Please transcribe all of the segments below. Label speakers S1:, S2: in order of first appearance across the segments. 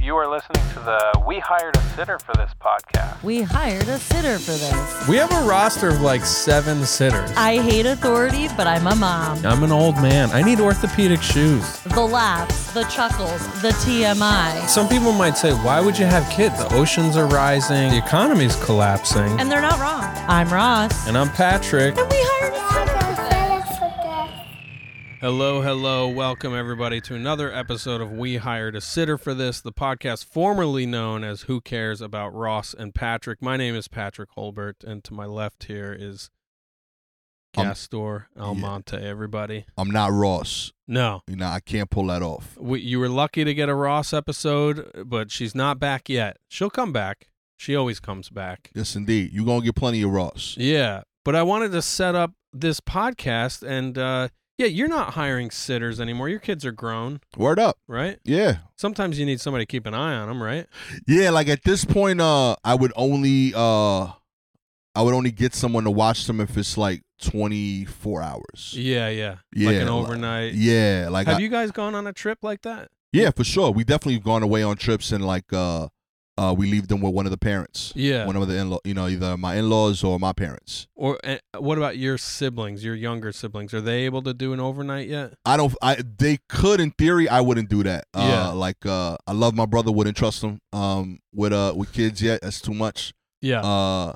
S1: You are listening to the We Hired a Sitter for this podcast.
S2: We hired a sitter for this.
S3: We have a roster of like seven sitters.
S2: I hate authority, but I'm a mom.
S3: I'm an old man. I need orthopedic shoes.
S2: The laughs, the chuckles, the TMI.
S3: Some people might say, why would you have kids? The oceans are rising, the economy's collapsing.
S2: And they're not wrong. I'm Ross.
S3: And I'm Patrick.
S2: we hired a
S3: Hello, hello. Welcome, everybody, to another episode of We Hired a Sitter for This, the podcast formerly known as Who Cares About Ross and Patrick. My name is Patrick Holbert, and to my left here is
S4: Um,
S3: Gastor Almonte, everybody.
S4: I'm not Ross.
S3: No.
S4: You know, I can't pull that off.
S3: we, you were lucky to get a Ross episode, but she's not back yet. She'll come back. She always comes back.
S4: Yes, indeed. You're going to get plenty of Ross.
S3: Yeah, but I wanted to set up this podcast, and uh, yeah, you're not hiring sitters anymore. Your kids are grown,
S4: Word up.
S3: right?
S4: Yeah.
S3: Sometimes you need somebody to keep an eye on them, right?
S4: Yeah, like at this point, uh, I would only uh I would only get someone to watch them if it's like twenty four hours.
S3: Yeah, yeah,
S4: Yeah,
S3: like an
S4: like-
S3: overnight.
S4: Yeah, like
S3: Have
S4: I-
S3: you guys gone on a trip like that?
S4: Yeah, for sure. We definitely have gone away on trips and like uh uh we leave them with one of the parents.
S3: Yeah.
S4: One of the in law you know, either my in laws or my parents.
S3: Or and uh, what about your siblings, your younger siblings? Are they able to do an overnight yet?
S4: I don't. I they could in theory. I wouldn't do that.
S3: Yeah.
S4: Uh, like uh, I love my brother. Wouldn't trust him. Um, with uh with kids yet. That's too much.
S3: Yeah,
S4: Uh,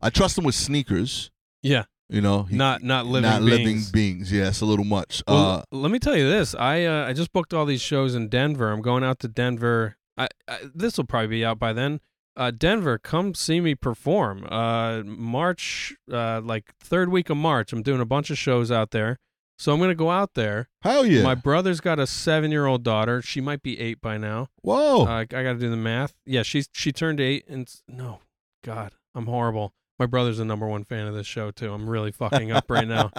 S4: I trust him with sneakers.
S3: yeah.
S4: You know, he-
S3: Not not living
S4: not living
S3: beings.
S4: beings. Yeah, it's a little much.
S3: Well,
S4: uh,
S3: let me tell you this. I uh, I just booked all these shows in Denver. I'm going out to Denver. I, I this will probably be out by then. Uh, Denver, come see me perform. Uh, March, uh, like third week of March, I'm doing a bunch of shows out there. So I'm gonna go out there.
S4: hell yeah.
S3: My brother's got a seven-year-old daughter. She might be eight by now.
S4: Whoa.
S3: Uh, I gotta do the math. Yeah, she's she turned eight, and s- no, God, I'm horrible. My brother's the number one fan of this show too. I'm really fucking up right now.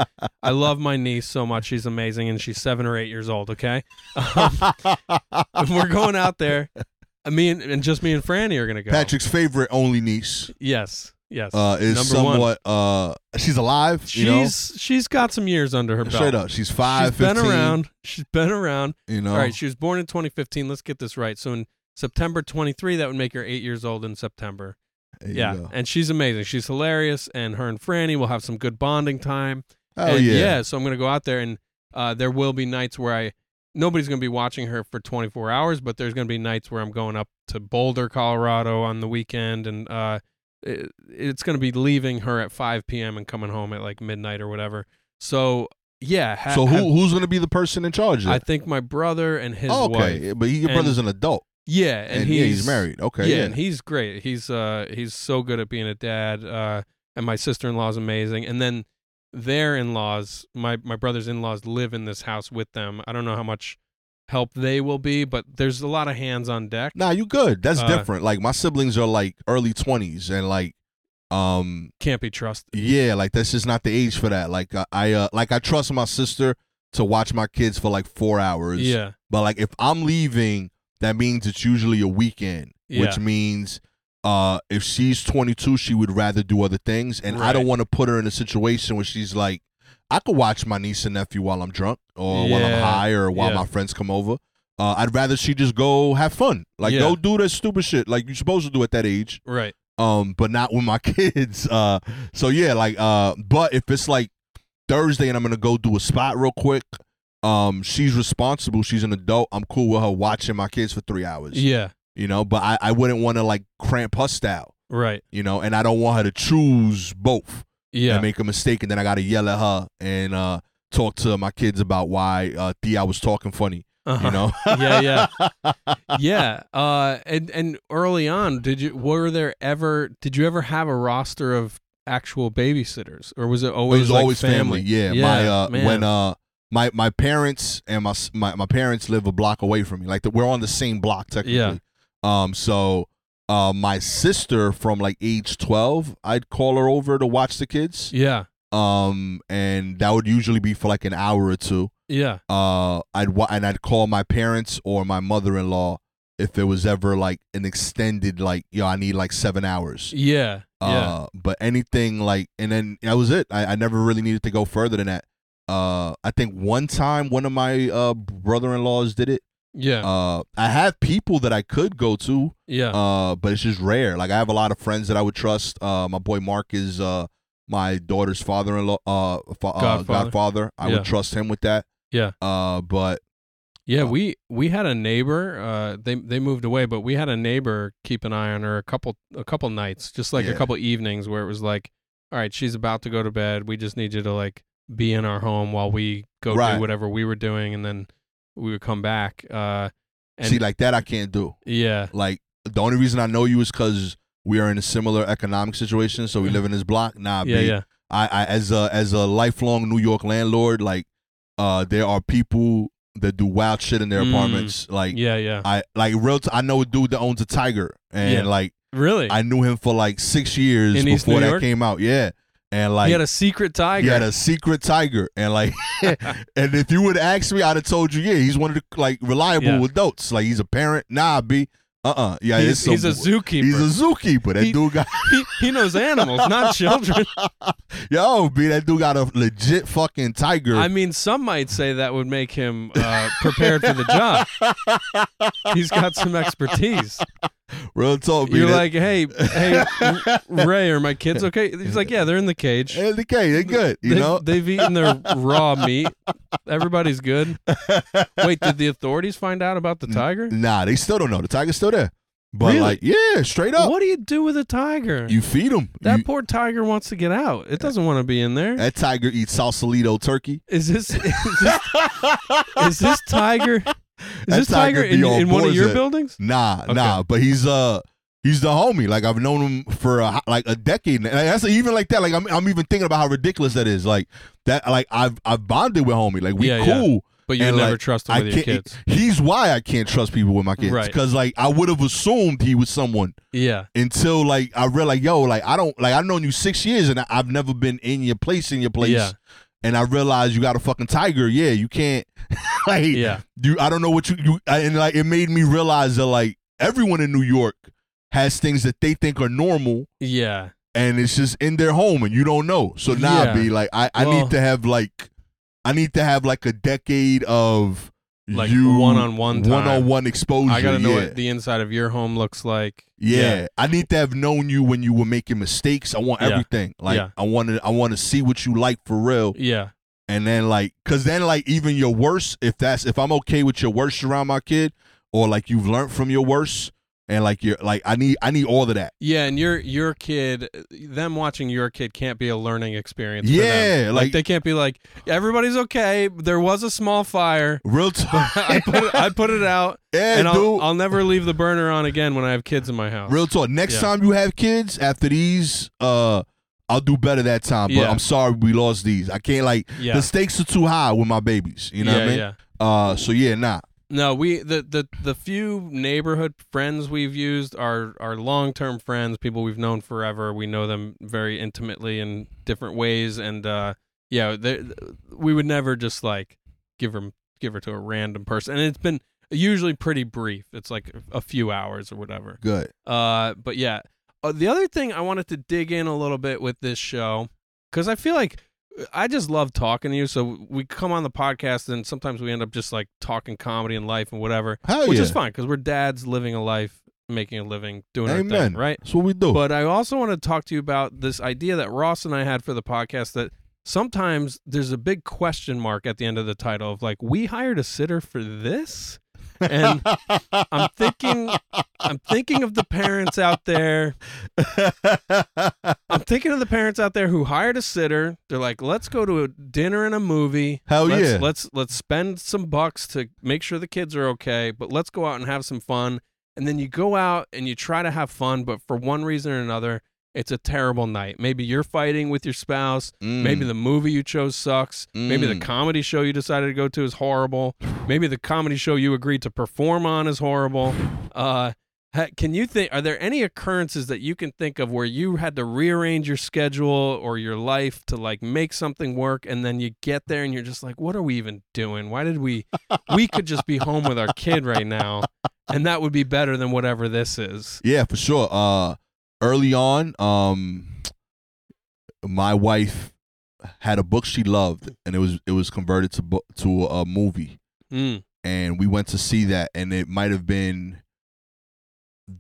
S3: I love my niece so much. She's amazing, and she's seven or eight years old. Okay, um, we're going out there. Uh, Me and, and just me and Franny are gonna go.
S4: Patrick's favorite only niece
S3: Yes. Yes.
S4: uh, is
S3: Number one.
S4: somewhat. Uh, she's alive.
S3: She's
S4: you know,
S3: she's got some years under her belt.
S4: straight up. She's
S3: She's
S4: five.
S3: been
S4: 15,
S3: around. She's been around.
S4: You know.
S3: All right. She was born in 2015. Let's get this right. So in September 23, that would make her eight years old in September.
S4: There you
S3: Yeah.
S4: go.
S3: And she's amazing. She's hilarious. And her and Franny will have some good bonding time.
S4: Hell
S3: and
S4: Oh, yeah.
S3: so I'm gonna go out there and uh, there will be nights where I nobody's gonna be watching her for 24 hours, but there's gonna be nights where I'm going up to Boulder, Colorado on the weekend, and uh, it, it's gonna be leaving her at 5 p.m. and coming home at like midnight or whatever. So yeah, ha-
S4: So
S3: have-
S4: who who's gonna be the person in charge? Of
S3: I
S4: it?
S3: think my brother and his
S4: Oh, okay,
S3: wife.
S4: but he, your
S3: And-
S4: brother's an adult,
S3: Yeah, and,
S4: and, yeah, he's married. Okay,
S3: yeah,
S4: yeah,
S3: and he's great. He's uh he's so good at being a dad. Uh, and my sister in law's amazing. And then their in laws, my my brother's in laws, live in this house with them. I don't know how much help they will be, but there's a lot of hands on deck.
S4: Nah, you good. That's
S3: Uh,
S4: different. Like my siblings are like early twenties, and like, um,
S3: Can't be trusted.
S4: yeah, like that's just not the age for that. Like I, I uh, like I trust my sister to watch my kids for like four hours.
S3: Yeah,
S4: but like if I'm leaving, that means it's usually a weekend,
S3: Yeah.
S4: which means. Uh, if she's 22, she would rather do other things, and I
S3: Right.
S4: don't want to put her in a situation where she's like, "I could watch my niece and nephew while I'm drunk, or while I'm
S3: Yeah.
S4: high, or while
S3: Yeah.
S4: my friends come over." Uh, I'd rather she just go have fun. Like
S3: Yeah.
S4: go do that stupid shit like you're supposed to do at that age.
S3: right.
S4: Um, but not with my kids. Uh, so yeah, like uh, but if it's like Thursday and I'm gonna go do a spot real quick, um, she's responsible. She's an adult. I'm cool with her watching my kids for three hours.
S3: Yeah,
S4: You know, but I, I wouldn't want to like cramp her style.
S3: right.
S4: You know, and I don't want her to choose both
S3: Yeah,
S4: and make a mistake, and then I gotta yell at her and uh talk to my kids about why uh Thea was talking funny.
S3: Uh-huh.
S4: You know.
S3: yeah, yeah. yeah. Uh, and and early on, did you were there ever? Did you ever have a roster of actual babysitters, or was it always
S4: it was
S3: like,
S4: always family. Yeah, my uh,
S3: man.
S4: when uh my my parents and my s- my, my parents live a block away from me. Like the, we're on the same block technically.
S3: Yeah.
S4: Um. So, uh, my sister from like age twelve, I'd call her over to watch the kids.
S3: yeah,
S4: Um, and that would usually be for like an hour or two.
S3: yeah,
S4: Uh, I'd wa- and I'd call my parents or my mother in law if it was ever like an extended like yo, I need like seven hours.
S3: yeah, yeah.
S4: Uh, but anything like, and then that was it. I, I never really needed to go further than that. Uh, I think one time one of my uh brother in laws did it,
S3: Yeah.
S4: Uh, I have people that I could go to,
S3: yeah.
S4: uh, but it's just rare. Like I have a lot of friends that I would trust. Uh, my boy Mark is uh my daughter's father-in-law, uh, fa- uh
S3: Godfather.
S4: godfather. I
S3: Yeah.
S4: would trust him with that.
S3: Yeah.
S4: Uh, but
S3: Yeah,
S4: Uh,
S3: we we had a neighbor. Uh, they they moved away, but we had a neighbor keep an eye on her a couple a couple nights, just like a
S4: Yeah.
S3: couple evenings where it was like, all right, she's about to go to bed. We just need you to like be in our home while we go
S4: Right.
S3: do whatever we were doing, and then we would come back. Uh, and
S4: see, like that, I can't do.
S3: yeah,
S4: Like the only reason I know you is because we are in a similar economic situation, so we live in this block. Nah,
S3: yeah,
S4: B.
S3: yeah,
S4: I, I as a as a lifelong New York landlord, like uh, there are people that do wild shit in their
S3: Mm.
S4: apartments. Like
S3: yeah, yeah.
S4: I like real. T- I know a dude that owns a tiger, and
S3: Yeah.
S4: like
S3: Really,
S4: I knew him for like six years
S3: In East
S4: before
S3: New
S4: that
S3: York?
S4: came out. Yeah, and like
S3: he had a secret tiger.
S4: he had a secret tiger, and like, and if you would ask me, I'd have told you, yeah, he's one of the like reliable
S3: Yeah.
S4: adults. Like he's a parent. Nah, b. Uh uh Yeah,
S3: he's,
S4: it's some-
S3: he's a zookeeper.
S4: He's a zookeeper. That
S3: He-
S4: dude got
S3: he, he knows animals, not children.
S4: yo, b. That dude got a legit fucking tiger.
S3: I mean, some might say that would make him uh, prepared for the job. He's got some expertise.
S4: Real talk, B.
S3: You're
S4: That-
S3: like, hey, hey, R- Ray, are my kids okay? He's like, yeah, they're in the cage.
S4: Hey, the K, they good, you
S3: They've-
S4: know.
S3: they've eaten their raw meat. Everybody's good. Wait, did the authorities find out about the tiger?
S4: Nah, they still don't know. The tiger's still there, but
S3: Really?
S4: like, yeah, straight up,
S3: What do you do with a tiger?
S4: you feed him.
S3: that poor tiger wants to get out. It doesn't want to be in there.
S4: that tiger eats Sausalito turkey.
S3: Is this is this, is this tiger? Is
S4: That
S3: this tiger,
S4: tiger be
S3: in,
S4: on
S3: in one of
S4: boards
S3: your
S4: at-
S3: buildings?
S4: Nah,
S3: Okay.
S4: nah, but he's uh he's the homie. Like I've known him for a, ho- like a decade, and that's even like that. Like I'm I'm even thinking about how ridiculous that is. Like that, like I've I've bonded with homie. Like we
S3: Yeah, yeah.
S4: cool.
S3: But you
S4: And,
S3: never
S4: like,
S3: trust him
S4: I
S3: with your
S4: can't.
S3: kids.
S4: He's why I can't trust people with my kids.
S3: Right.
S4: Cause like I would have assumed he was someone.
S3: Yeah.
S4: until like I realized, yo, like I don't like I've known you six years and I, I've never been in your place in your place.
S3: Yeah.
S4: And I realized you got a fucking tiger. Yeah, you can't. like,
S3: Yeah.
S4: you, I don't know what you, you I- and like it made me realize that like everyone in New York has things that they think are normal,
S3: Yeah.
S4: and it's just in their home, and you don't know. So now
S3: Yeah.
S4: be like, I, I
S3: Well-
S4: need to have like, I need to have like a decade of
S3: Like
S4: you
S3: one-on-one time.
S4: one on one exposure.
S3: I got to know
S4: yeah.
S3: what the inside of your home looks like.
S4: Yeah. I need to have known you when you were making mistakes. I want
S3: Yeah.
S4: everything. Like
S3: Yeah.
S4: I want to I want to see what you like for real.
S3: Yeah.
S4: And then like cuz then like even your worst if that's if I'm okay with your worst around my kid or like you've learned from your worst and like you're like I need I need all of that.
S3: Yeah, and your your kid, them watching your kid can't be a learning experience. for
S4: Yeah,
S3: them.
S4: like-
S3: they can't be like everybody's okay. There was a small fire.
S4: Real talk.
S3: I put it, I put it out,
S4: yeah,
S3: and I'll,
S4: dude.
S3: I'll never leave the burner on again when I have kids in my house.
S4: real talk. Next
S3: Yeah.
S4: time you have kids after these uh I'll do better that time, but
S3: Yeah.
S4: I'm sorry we lost these. I can't like
S3: Yeah.
S4: the stakes are too high with my babies, you know
S3: yeah,
S4: what I mean?
S3: yeah.
S4: Uh so yeah, nah.
S3: No, we the, the the few neighborhood friends we've used are are long term friends, people we've known forever. We know them very intimately in different ways, and uh, yeah, they, we would never just like give her give her to a random person. And it's been usually pretty brief. It's like a few hours or whatever.
S4: Good.
S3: Uh, but yeah, uh, the other thing I wanted to dig in a little bit with this show because I feel like uh, I just love talking to you. So we come on the podcast and sometimes we end up just like talking comedy and life and whatever,
S4: Hell
S3: which
S4: yeah.
S3: is fine because we're dads living a life, making a living, doing our
S4: Amen.
S3: thing, right?
S4: That's what we do.
S3: But I also want to talk to you about this idea that Ross and I had for the podcast that sometimes there's a big question mark at the end of the title of like, we hired a sitter for this? And I'm thinking I'm thinking of the parents out there. I'm thinking of the parents out there who hired a sitter. They're like, let's go to a dinner and a movie.
S4: Hell
S3: let's,
S4: yeah.
S3: Let's let's spend some bucks to make sure the kids are okay, but let's go out and have some fun. And then you go out and you try to have fun, but for one reason or another, it's a terrible night. Maybe you're fighting with your spouse. Maybe the movie you chose sucks. Maybe the
S4: Mm.
S3: comedy show you decided to go to is horrible. Maybe the comedy show you agreed to perform on is horrible. Uh, ha- can you think? Are there any occurrences that you can think of where you had to rearrange your schedule or your life to like make something work, and then you get there and you're just like, "What are we even doing? Why did we? We could just be home with our kid right now, and that would be better than whatever this is."
S4: yeah, for sure. Uh, early on, um, my wife had a book she loved, and it was it was converted to book to a movie,
S3: Mm,
S4: and we went to see that, and it might have been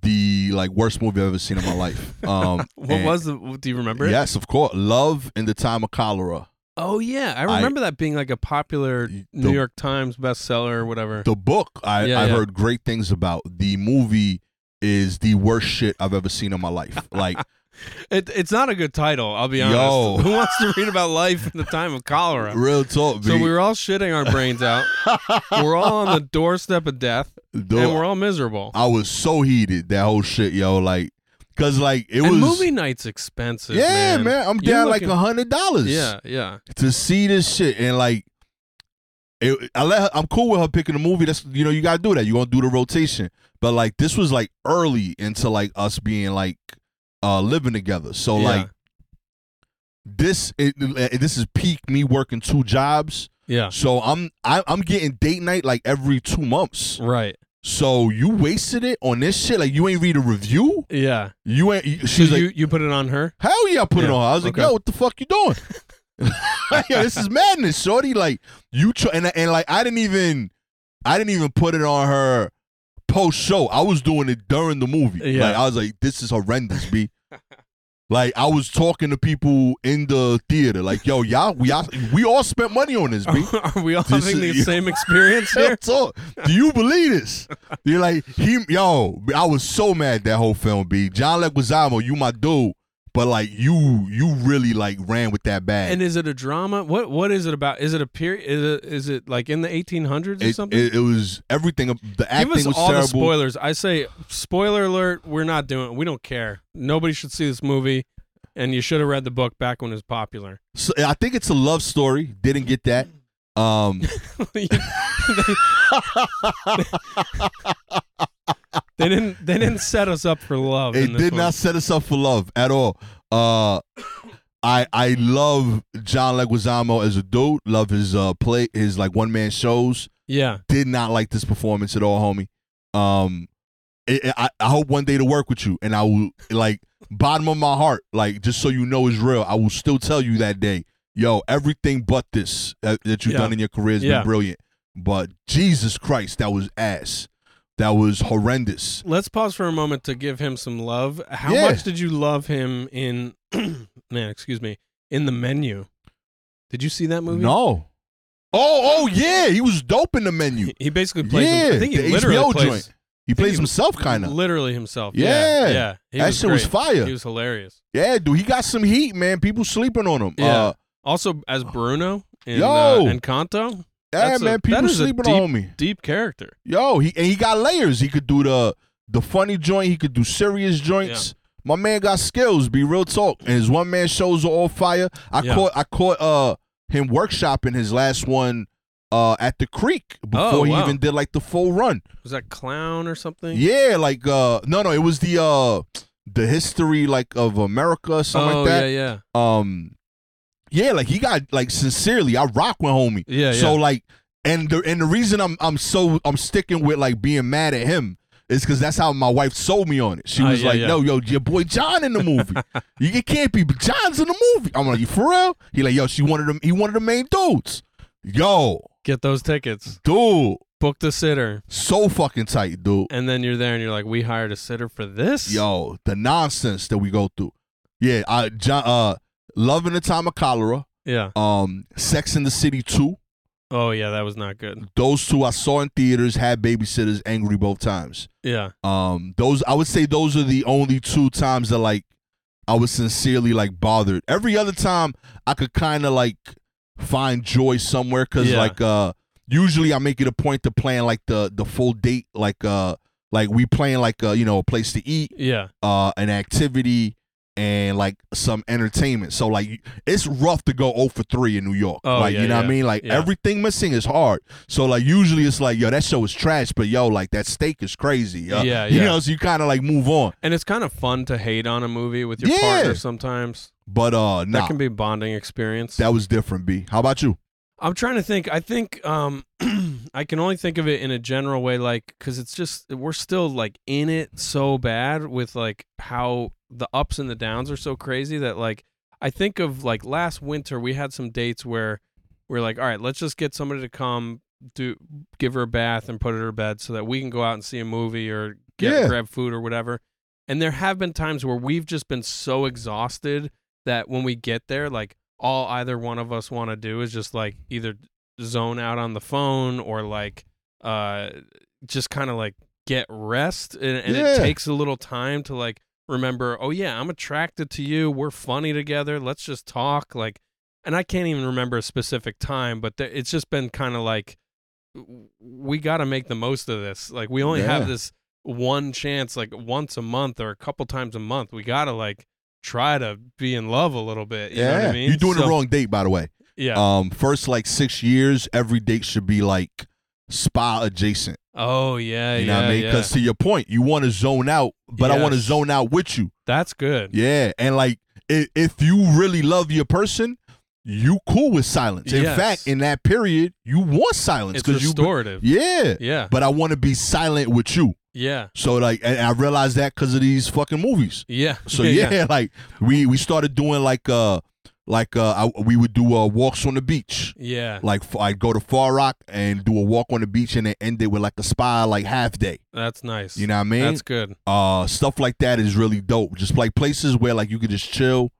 S4: the like worst movie I've ever seen in my life. Um,
S3: What
S4: and-
S3: was the? Do you remember it?
S4: Yes, of course. Love in the time of cholera.
S3: Oh yeah, I
S4: I-
S3: remember that being like a popular
S4: The-
S3: New York Times bestseller or whatever.
S4: The book I,
S3: Yeah,
S4: I've
S3: yeah.
S4: heard great things about. The movie is the worst shit I've ever seen in my life. Like
S3: It, it's not a good title. I'll be honest.
S4: Yo.
S3: Who wants to read about life in the time of cholera?
S4: real talk.
S3: So
S4: B.
S3: we were all shitting our brains out. we're all on the doorstep of death,
S4: Dude,
S3: and we're all miserable.
S4: I was so heated that whole shit, yo. Like, cause like it
S3: and
S4: was.
S3: movie night's expensive.
S4: yeah, man. I'm
S3: You're
S4: down like
S3: looking-
S4: a hundred dollars.
S3: Yeah, yeah.
S4: to see this shit and like. It, I let her, I'm cool with her picking a movie. That's you know you gotta do that. You gonna do the rotation, but like this was like early into like us being like uh living together. So
S3: yeah.
S4: like this it, it- this is peak me working two jobs.
S3: yeah,
S4: So I'm I, I'm getting date night like every two months.
S3: right.
S4: So you wasted it on this shit. Like you ain't read a review.
S3: Yeah.
S4: You ain't. you-
S3: So
S4: She's like,
S3: you you put it on her?
S4: hell yeah, I put it
S3: Yeah,
S4: on. I was like,
S3: okay.
S4: yo, what the fuck you doing? Yo, this is madness, shorty. Like you tr- and and like I didn't even I didn't even put it on her post show. I was doing it during the movie.
S3: Yeah.
S4: Like I was like, this is horrendous, b. Like I was talking to people in the theater, like, yo, y'all, we all, we all spent money on this, b.
S3: Are we all
S4: This
S3: having
S4: is-
S3: the same experience here?
S4: That's all. Do you believe this? You're like he, yo. I was so mad that whole film. B. John Leguizamo, you my dude, but like you, you really like ran with that bag.
S3: And is it a drama? What what is it about? Is it a period? Is it, is it like in the 1800s or
S4: it,
S3: something?
S4: it, it was everything. The acting
S3: Give us
S4: was
S3: all the
S4: terrible.
S3: spoilers. I say spoiler alert. We're not doing. We don't care. Nobody should see this movie, and you should have read the book back when it was popular.
S4: So, I think it's a love story. Didn't get that. Um,
S3: You- they, they didn't. They didn't set us up for love.
S4: it
S3: in this
S4: did
S3: one.
S4: not set us up for love at all. Uh, I I love John Leguizamo as a dude. Love his uh play, his like one man shows.
S3: Yeah.
S4: did not like this performance at all, homie. Um, it, it- I, I hope one day to work with you, and I will like bottom of my heart, like just so you know is real. I will still tell you that day, yo, everything but this uh, that you've
S3: Yeah.
S4: done in your career has
S3: Yeah.
S4: been brilliant, but Jesus Christ, that was ass. That was horrendous.
S3: Let's pause for a moment to give him some love. How
S4: Yeah.
S3: much did you love him in? man, excuse me. In the menu. Did you see that movie?
S4: No. Oh, oh yeah, he was dope in the menu.
S3: He- He basically plays.
S4: Yeah,
S3: I think he
S4: the
S3: literally
S4: HBO
S3: plays.
S4: joint. He
S3: think
S4: plays
S3: he-
S4: himself, kind of.
S3: Literally himself.
S4: Yeah.
S3: Yeah. Yeah. He
S4: That shit was
S3: great.
S4: fire.
S3: He was hilarious.
S4: Yeah, dude, he got some heat, man. People sleeping on him.
S3: Yeah.
S4: Uh,
S3: Also, as Bruno in,
S4: Yo.
S3: uh, in Kanto,
S4: Yeah,
S3: That's a-
S4: man,
S3: that
S4: people
S3: is a
S4: sleeping
S3: deep-
S4: on me.
S3: deep character.
S4: Yo, he and he got layers. He could do the the funny joint. He could do serious joints. My man got skills. Be real talk. And his one man shows are all fire. I
S3: Yeah.
S4: caught I caught uh him workshopping his last one uh at the creek before
S3: Oh,
S4: he
S3: wow.
S4: even did like the full run.
S3: Was that clown or something?
S4: Yeah, like uh no no it was the uh the history like of America or something
S3: oh,
S4: like that.
S3: yeah, yeah.
S4: Um, yeah, like he got like sincerely, I rock with homie.
S3: Yeah,
S4: So
S3: yeah.
S4: like, and the and the reason I'm I'm so I'm sticking with like being mad at him is because that's how my wife sold me on it. She
S3: Oh,
S4: was
S3: yeah,
S4: like,
S3: yeah.
S4: "No, yo, your boy John in the movie. you it can't be, but John's in the movie." I'm like, "You for real?" He like, "Yo, she wanted him. He wanted the main dudes." Yo,
S3: Get those tickets.
S4: dude,
S3: Book the sitter.
S4: so fucking tight, dude.
S3: And then you're there and you're like, we hired a sitter for this?
S4: Yo, the nonsense that we go through. Yeah, I John, uh, love in the time of cholera.
S3: Yeah.
S4: Um, Sex in the City two.
S3: Oh, yeah, that was not good.
S4: those two I saw in theaters had babysitters angry both times.
S3: Yeah.
S4: Um, those I would say those are the only two times that like I was sincerely like bothered. Every other time I could kind of like find joy somewhere because
S3: Yeah.
S4: like uh usually I make it a point to plan like the the full date like uh like we plan like uh you know a place to eat
S3: Yeah.
S4: uh an activity and like some entertainment. So like it's rough to go 0 for 3 in New York.
S3: Oh,
S4: like
S3: yeah,
S4: you know what I
S3: yeah,
S4: mean? Like
S3: yeah.
S4: everything missing is hard. So like usually it's like, yo, that show is trash, but yo, like that steak is crazy. Yo.
S3: Yeah,
S4: You
S3: yeah.
S4: know, so you kinda like move on.
S3: And it's kind of fun to hate on a movie with your
S4: Yeah.
S3: partner sometimes.
S4: But uh
S3: That
S4: nah,
S3: can be a bonding experience.
S4: that was different, B. How about you?
S3: I'm trying to think. I think um, I can only think of it in a general way, like because it's just we're still like in it so bad with like how the ups and the downs are so crazy that like I think of like last winter we had some dates where we're like, all right, let's just get somebody to come do give her a bath and put her to bed so that we can go out and see a movie or get
S4: Yeah.
S3: grab food or whatever. And there have been times where we've just been so exhausted that when we get there, like all either one of us want to do is just like either zone out on the phone or like uh just kind of like get rest and, and
S4: Yeah.
S3: it takes a little time to like remember oh yeah i'm attracted to you we're funny together let's just talk like and i can't even remember a specific time but th- it's just been kind of like w- we got to make the most of this like we only
S4: Yeah.
S3: have this one chance like once a month or a couple times a month we got to like try to be in love a little bit you know what i mean
S4: You're doing
S3: So-
S4: the wrong date, by the way.
S3: yeah
S4: Um, first like six years, every date should be like spa adjacent.
S3: oh yeah
S4: You
S3: yeah,
S4: know what I mean?
S3: yeah.
S4: Because to your point, you want to zone out, but I want to
S3: Yes.
S4: zone out with you.
S3: that's good
S4: Yeah, and like if, if you really love your person, you cool with silence. In
S3: Yes.
S4: fact, in that period, you want silence
S3: it's
S4: because you.
S3: restorative
S4: Yeah,
S3: yeah
S4: but I want to be silent with you.
S3: yeah
S4: So like, and I realized that because of these fucking movies.
S3: Yeah.
S4: So yeah, like we we started doing like uh like uh I, we would do uh, walks on the beach.
S3: Yeah.
S4: Like f- I'd go to Far Rock and do a walk on the beach and then end it with like a spa like half day.
S3: That's nice.
S4: You know what I mean?
S3: That's good.
S4: uh stuff like that is really dope. Just like places where like you could just chill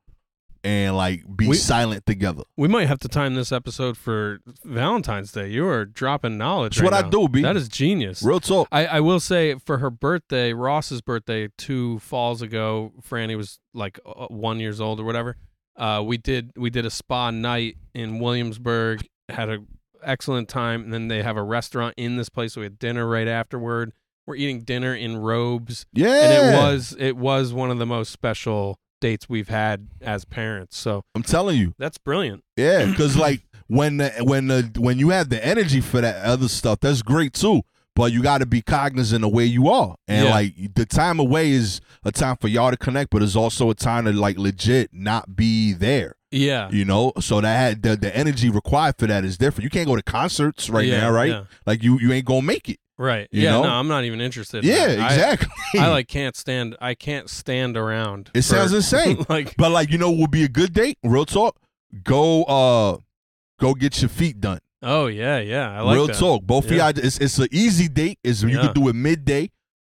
S4: and like be
S3: We-
S4: silent together.
S3: We might have to time this episode for Valentine's Day. You are dropping knowledge.
S4: It's what
S3: right
S4: I
S3: now.
S4: do, B.
S3: That is genius.
S4: Real talk.
S3: I, I will say for her birthday, Ross's birthday two falls ago, Franny was like uh, one years old or whatever. Uh, we did we did a spa night in Williamsburg. Had a excellent time. And then they have a restaurant in this place. So we had dinner right afterward. We're eating dinner in robes.
S4: Yeah.
S3: and it was it was one of the most special dates we've had as parents. So
S4: I'm telling you.
S3: that's brilliant.
S4: Yeah, cuz like when the, when the, when you have the energy for that other stuff, that's great too. But you got to be cognizant of where you are. And
S3: Yeah.
S4: like the time away is a time for y'all to connect, but it's also a time to like legit not be there,
S3: Yeah.
S4: you know? So that had the, the energy required for that is different. You can't go to concerts right
S3: Yeah,
S4: now, right?
S3: yeah.
S4: Like you you ain't going to make it.
S3: Right.
S4: You
S3: yeah.
S4: know?
S3: No, I'm not even interested. in
S4: Yeah,
S3: that. I-
S4: exactly.
S3: I, like can't stand. I can't stand around.
S4: It
S3: for-
S4: sounds insane.
S3: like
S4: but like you know, what would be a good date. Real talk. Go uh, go get your feet done.
S3: oh yeah yeah I like
S4: Real
S3: that.
S4: talk. Both
S3: Yeah.
S4: of y'all. It's it's an easy date. Is you
S3: Yeah.
S4: can do it midday.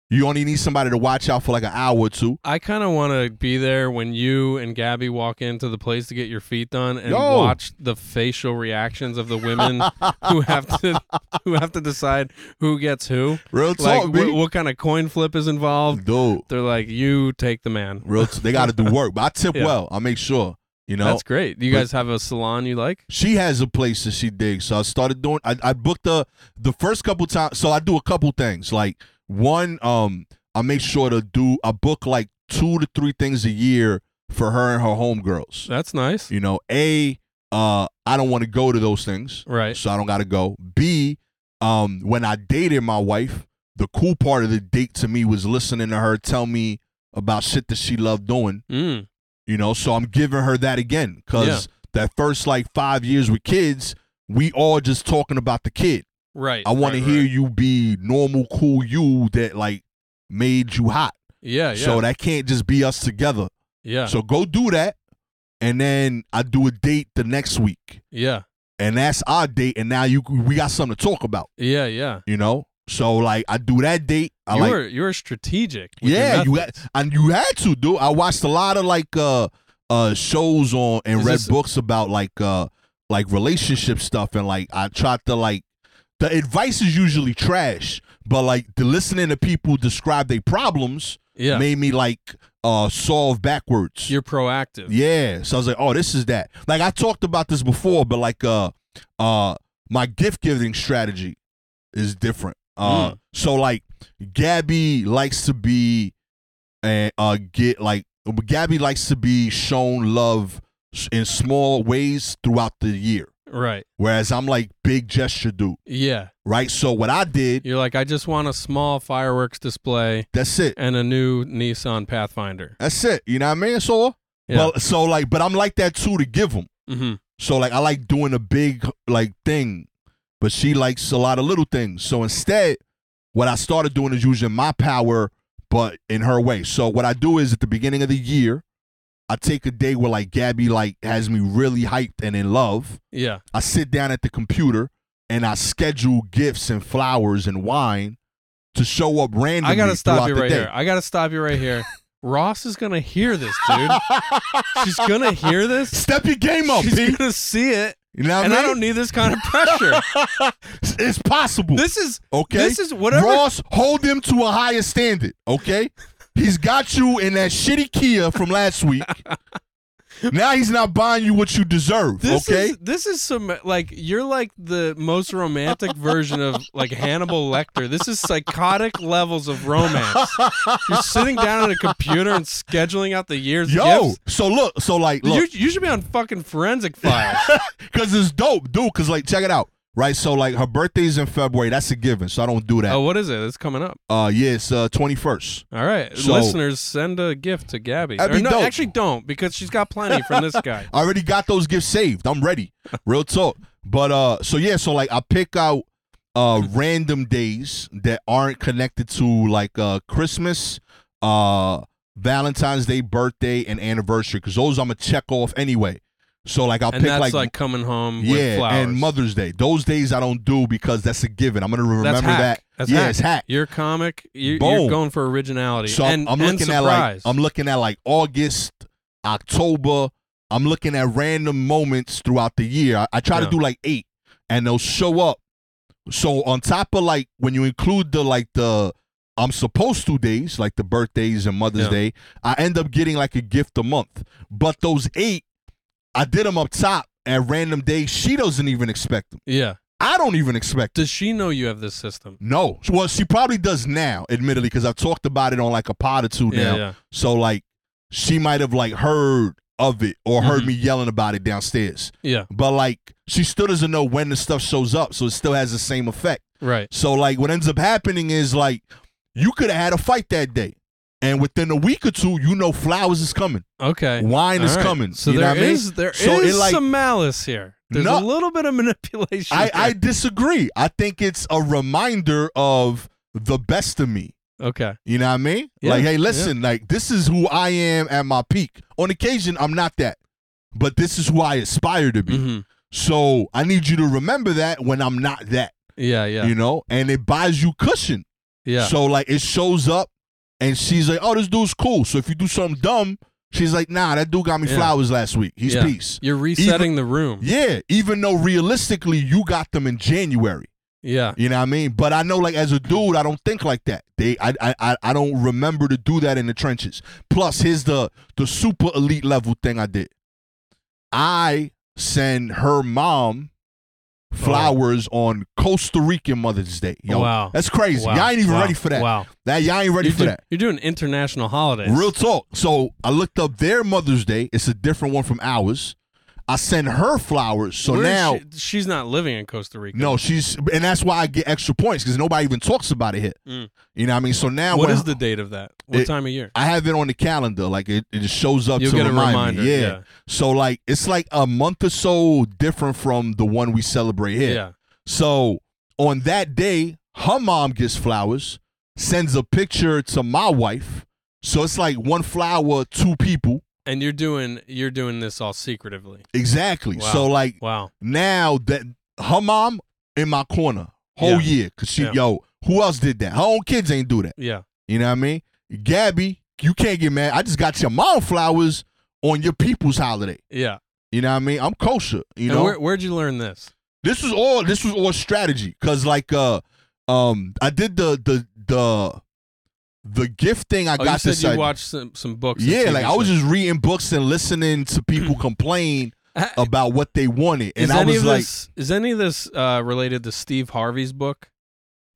S4: You only need somebody to watch out for like an hour or two.
S3: I kind of want to be there when you and Gabby walk into the place to get your feet done and
S4: Yo.
S3: watch the facial reactions of the women who have to who have to decide who gets who.
S4: Real
S3: Like
S4: talk,
S3: wh-
S4: B.
S3: what kind of coin flip is involved?
S4: dude.
S3: They're like, you take the man.
S4: Real. T- they got to do work, but I tip
S3: Yeah.
S4: well. I make sure. You know,
S3: That's great. You
S4: But-
S3: guys have a salon you like?
S4: she has a place that she digs. So I started doing. I, I booked the the first couple times. So I do a couple things. Like one, um, I make sure to do. I book like two to three things a year for her and her homegirls.
S3: That's nice.
S4: You know, a uh, I don't want to go to those things,
S3: Right.
S4: so I don't got to go. B, um, when I dated my wife, the cool part of the date to me was listening to her tell me about shit that she loved doing
S3: Mm.
S4: you know so i'm giving her that again because that first like five years with kids we all just talking about the kid
S3: Right.
S4: i want
S3: right,
S4: to hear
S3: right.
S4: you be normal cool you that like made you hot
S3: Yeah. Yeah.
S4: so that can't just be us together
S3: yeah.
S4: so go do that and then i do a date the next week
S3: yeah.
S4: and that's our date and now you we got something to talk about
S3: Yeah. Yeah.
S4: you know so like i do that date i
S3: you
S4: like
S3: were you were strategic. with your
S4: yeah you had,
S3: methods.
S4: and you had to do i watched a lot of like uh uh shows on and
S3: Is
S4: read
S3: this-
S4: books about like uh like relationship stuff and like i tried to like the advice is usually trash but like the listening to people describe their problems
S3: yeah.
S4: made me like uh solve backwards
S3: You're proactive.
S4: yeah so i was like oh this is that like i talked about this before but like uh uh my gift giving strategy is different uh
S3: Mm.
S4: so like gabby likes to be and uh get like gabby likes to be shown love s- in small ways throughout the year
S3: Right.
S4: whereas i'm like big gesture dude
S3: Yeah.
S4: right so what i did
S3: You're like, I just want a small fireworks display
S4: that's it
S3: and a new Nissan Pathfinder.
S4: that's it you know what i mean so
S3: Yeah.
S4: well so like but i'm like that too to give them
S3: hmm
S4: So like I like doing a big like thing, but she likes a lot of little things. So instead, what I started doing is using my power, but in her way. So what I do is at the beginning of the year, I take a day where like Gabby like has me really hyped and in love.
S3: Yeah.
S4: I sit down at the computer and I schedule gifts and flowers and wine to show up randomly.
S3: I gotta stop
S4: throughout
S3: you
S4: the
S3: right
S4: day.
S3: here. I gotta stop you right here. Ross is gonna hear this, dude. She's gonna hear this.
S4: Step your game up,
S3: She's
S4: Pete.
S3: gonna see it,
S4: You know what
S3: and I
S4: I mean?
S3: don't need this kind of pressure.
S4: it's possible.
S3: This is
S4: okay.
S3: This is whatever.
S4: Ross, hold him to a higher standard. Okay, he's got you in that shitty Kia from last week. now he's not buying you what you deserve.
S3: This
S4: okay,
S3: is this is some like you're like the most romantic version of like Hannibal Lecter. This is psychotic levels of romance. You're sitting down at a computer and scheduling out the year's
S4: yo.
S3: gifts.
S4: So look, so like, look,
S3: You, you should be on fucking forensic files.
S4: because it's dope, dude. Because like, check it out. Right, so like her birthday's in February. That's a given. So I don't do
S3: oh,
S4: that.
S3: what is it? It's coming up.
S4: Uh, yeah, it's uh twenty first.
S3: All right,
S4: So-
S3: listeners, send a gift to Gabby.
S4: That'd
S3: Or
S4: be
S3: no,
S4: dope.
S3: actually, don't because she's got plenty from this guy.
S4: I already got those gifts saved. I'm ready. Real talk. But uh so yeah, so like I pick out uh random days that aren't connected to like uh Christmas, uh Valentine's Day, birthday, and anniversary, because those I'm gonna check off anyway. So like I'll
S3: and
S4: pick
S3: that's like,
S4: like,
S3: coming home with
S4: yeah,
S3: flowers.
S4: and Mother's Day. Those days I don't do because that's a given. I'm gonna remember
S3: that's hack.
S4: that.
S3: That's
S4: yeah,
S3: hack.
S4: it's hack.
S3: You're a comic. You, you're
S4: Boom.
S3: going for originality.
S4: So I'm-
S3: and,
S4: I'm,
S3: and
S4: looking at like
S3: surprise.
S4: I'm looking at like August, October. I'm looking at random moments throughout the year. I, I try
S3: Yeah.
S4: to do like eight, and they'll show up. So on top of like when you include the like the I'm supposed to days like the birthdays and Mother's
S3: Yeah.
S4: Day, I end up getting like a gift a month. But those eight, I did them up top at random days. She doesn't even expect them.
S3: yeah.
S4: I don't even expect. Them.
S3: Does she know you have this system?
S4: No, well, she probably does now, admittedly, because I've talked about it on like a pod or two now.
S3: Yeah, yeah.
S4: So like she might have like heard of it or heard
S3: Mhm.
S4: me yelling about it downstairs.
S3: Yeah.
S4: But like she still doesn't know when the stuff shows up, so it still has the same effect.
S3: Right.
S4: So like what ends up happening is like you could have had a fight that day. And within a week or two, you know flowers is coming.
S3: Okay.
S4: Wine is
S3: All right.
S4: coming.
S3: So
S4: you know
S3: there
S4: what I mean?
S3: is- there
S4: So it,
S3: is
S4: like-
S3: some malice here. There's a
S4: No.
S3: little bit of manipulation.
S4: I, I
S3: here.
S4: disagree. I think it's a reminder of the best of me.
S3: okay.
S4: You know what I mean?
S3: Yeah,
S4: Like, hey,
S3: yeah.
S4: listen, like this is who I am at my peak. On occasion, I'm not that, but this is who I aspire to be.
S3: hmm
S4: So I need you to remember that when I'm not that,
S3: Yeah. Yeah.
S4: you know, and it buys you cushion.
S3: yeah.
S4: So like it shows up, and she's like, "Oh, this dude's cool." So if you do something dumb, she's like, "Nah, that dude got me
S3: Yeah.
S4: flowers last week. He's
S3: Yeah.
S4: peace."
S3: You're resetting the room.
S4: Yeah, even though realistically you got them in January.
S3: Yeah.
S4: You know what I mean? But I know, like, as a dude, I don't think like that. They, I, I, I- I don't remember to do that in the trenches. Plus, here's the the super elite level thing I did. I send her mom
S3: Oh.
S4: flowers on Costa Rican Mother's Day. Yo,
S3: Wow.
S4: that's crazy. Y'all ain't even
S3: Wow.
S4: ready for that.
S3: Wow.
S4: That y'all ain't ready
S3: You're,
S4: for
S3: do-
S4: that.
S3: you're doing international holidays.
S4: Real talk. So I looked up their Mother's Day. It's a different one from ours. I send her flowers. So
S3: Where is
S4: now.
S3: she- she's not living in Costa Rica.
S4: No, she's and that's why I get extra points because nobody even talks about it here.
S3: Mm.
S4: You know what I mean? So now
S3: What
S4: when
S3: is the date of that? What
S4: It-
S3: time of year?
S4: I have it on the calendar, like it, it just shows up
S3: You'll
S4: to
S3: get a
S4: remind
S3: reminder.
S4: me. Yeah.
S3: Yeah.
S4: So like it's like a month or so different from the one we celebrate here.
S3: Yeah.
S4: So on that day, her mom gets flowers, sends a picture to my wife. So it's like one flower, two people.
S3: And you're doing you're doing this all secretively.
S4: Exactly.
S3: Wow.
S4: So like
S3: Wow.
S4: now that her mom in my corner
S3: Yeah.
S4: whole year because she
S3: Yeah.
S4: yo who else did that her own kids ain't do that
S3: Yeah.
S4: you know what i mean gabby you can't get mad i just got your mom flowers on your people's holiday
S3: Yeah.
S4: you know what i mean i'm kosher you
S3: and
S4: know
S3: where, where'd you learn this?
S4: this was all this was all strategy because like uh um i did the the the the gift thing i
S3: oh,
S4: got
S3: you said
S4: this
S3: you
S4: idea-
S3: watched some, some books. and
S4: yeah
S3: TV
S4: like i was
S3: shows.
S4: just reading books and listening to people complain about what they wanted and
S3: is
S4: i
S3: any
S4: was
S3: of
S4: like
S3: this, is any of this uh, related to Steve Harvey's book?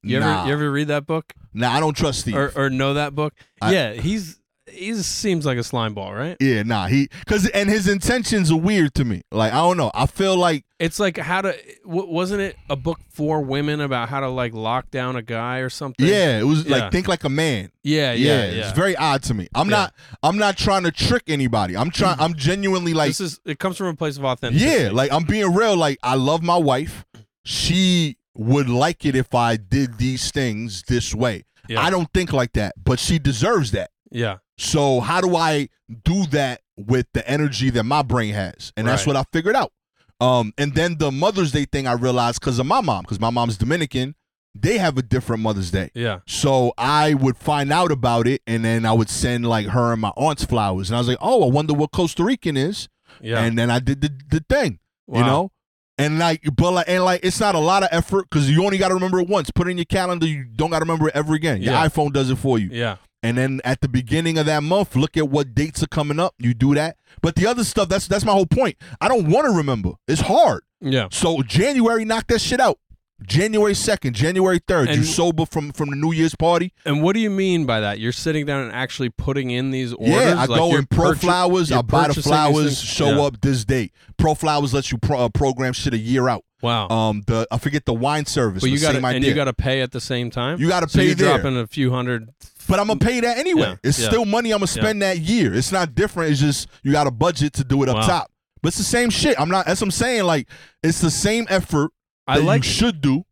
S3: You
S4: nah,
S3: ever you ever read that book
S4: nah i don't trust these
S3: or or know that book?
S4: I-
S3: yeah, he's he seems like a slime ball, right?
S4: Yeah, nah, he because and his intentions are weird to me. Like I don't know. I feel like
S3: It's like how to w- wasn't it a book for women about how to like lock down a guy or something?
S4: yeah, it was
S3: Yeah.
S4: like think like a man.
S3: yeah, yeah,
S4: Yeah,
S3: yeah.
S4: it's very odd to me. I'm
S3: Yeah.
S4: not I'm not trying to trick anybody. I'm trying. I'm genuinely like
S3: this is it comes from a place of authenticity.
S4: yeah, like I'm being real. Like I love my wife. She would like it if I did these things this way.
S3: Yeah.
S4: I don't think like that, but she deserves that.
S3: yeah,
S4: So how do I do that with the energy that my brain has? And that's
S3: Right.
S4: what I figured out. Um, and then the Mother's Day thing I realized because of my mom, because my mom's Dominican, they have a different Mother's Day.
S3: Yeah.
S4: So I would find out about it, and then I would send like her and my aunts flowers, and I was like, "Oh, I wonder what Costa Rican is."
S3: Yeah.
S4: And then I did the, the thing,
S3: Wow.
S4: you know, and like, but like, and like, it's not a lot of effort because you only got to remember it once. Put it in your calendar, you don't got to remember it ever again. Your
S3: Yeah.
S4: iPhone does it for you.
S3: Yeah.
S4: And then at the beginning of that month, look at what dates are coming up. You do that. But the other stuff, that's that's my whole point. I don't want to remember. It's hard.
S3: Yeah.
S4: So January, knock that shit out. January second, January third, you
S3: And-
S4: sober from from the New Year's party.
S3: And what do you mean by that? You're sitting down and actually putting in these orders.
S4: yeah, I
S3: Like,
S4: go
S3: you're
S4: and pro
S3: purchas-
S4: flowers. I
S3: you're
S4: buy the
S3: purchasing these
S4: flowers.
S3: things?
S4: Show
S3: Yeah.
S4: up this date. Pro flowers lets you pro, uh, program shit a year out.
S3: Wow.
S4: Um, the I forget the wine service.
S3: but you
S4: the
S3: got
S4: same
S3: and
S4: idea.
S3: you got to pay at the same time.
S4: You gotta
S3: so
S4: pay
S3: You're
S4: there.
S3: dropping a few hundred.
S4: But I'm gonna pay that anyway.
S3: Yeah,
S4: It's
S3: yeah.
S4: still money I'm gonna spend that year. It's not different. It's just you got a budget to do it up
S3: Wow.
S4: top. But it's the same shit. I'm not. That's what I'm saying. Like it's the same effort
S3: I
S4: that
S3: like.
S4: you should do.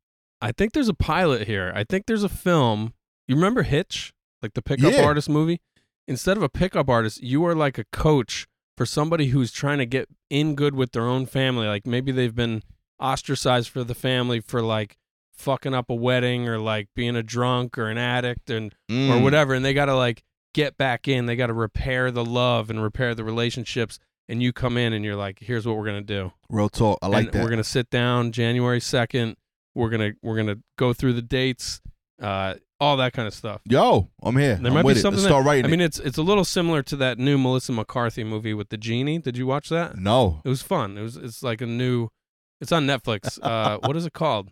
S3: I think there's a pilot here. I think there's a film. You remember Hitch, like the pickup
S4: Yeah.
S3: artist movie? Instead of a pickup artist, you are like a coach for somebody who's trying to get in good with their own family. Like maybe they've been ostracized for the family for like fucking up a wedding or like being a drunk or an addict and
S4: Mm.
S3: or whatever and they got to like get back in they got to repair the love and repair the relationships and you come in and you're like here's what we're going to do
S4: Real talk. I like
S3: and
S4: that.
S3: we're going to sit down January 2nd we're going to we're going to go through the dates uh all that kind of stuff
S4: Yo, I'm here.
S3: There
S4: I'm
S3: might be
S4: with it.
S3: something
S4: Let's
S3: that-
S4: start writing.
S3: I
S4: it.
S3: mean it's it's a little similar to that new Melissa McCarthy movie with the genie did you watch that
S4: no.
S3: it was fun it was it's like a new it's on Netflix uh what is it called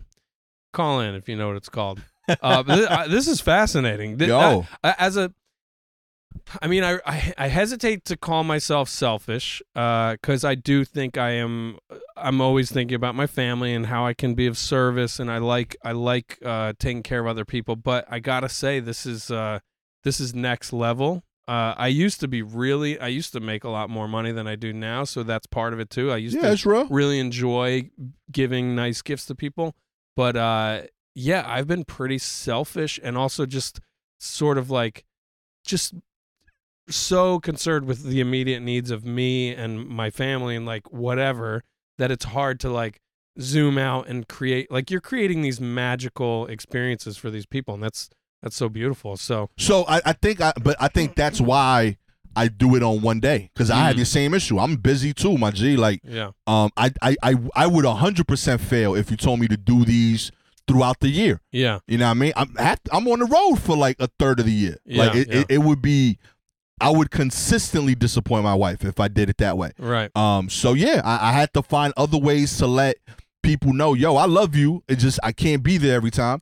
S3: call in if you know what it's called uh, but thi- I- this is fascinating Thi- that-
S4: Yo,
S3: I- as a i mean i i, I hesitate to call myself selfish because i do think i am i'm always thinking about my family and how i can be of service and i like i like uh, taking care of other people but i gotta say this is uh this is next level uh, I used to be really. I used to make a lot more money than I do now, so that's part of it too. I used
S4: yeah,
S3: to
S4: it's real.
S3: really enjoy giving nice gifts to people. But uh, yeah, I've been pretty selfish and also just sort of like just so concerned with the immediate needs of me and my family and like whatever that it's hard to like zoom out and create like you're creating these magical experiences for these people and that's that's so beautiful so
S4: So I, I think I, but I think that's why I do it on one day because I have
S3: Mhm.
S4: the same issue. I'm busy too, my G. Like
S3: yeah
S4: um, I I I, I would 100 percent fail if you told me to do these throughout the year.
S3: yeah
S4: You know what I mean? I'm at, I'm on the road for like a third of the year. like
S3: Yeah,
S4: it,
S3: yeah.
S4: it, it would be, I would consistently disappoint my wife if I did it that way.
S3: right
S4: Um, so yeah, I, I had to find other ways to let people know, yo, I love you. It just I can't be there every time,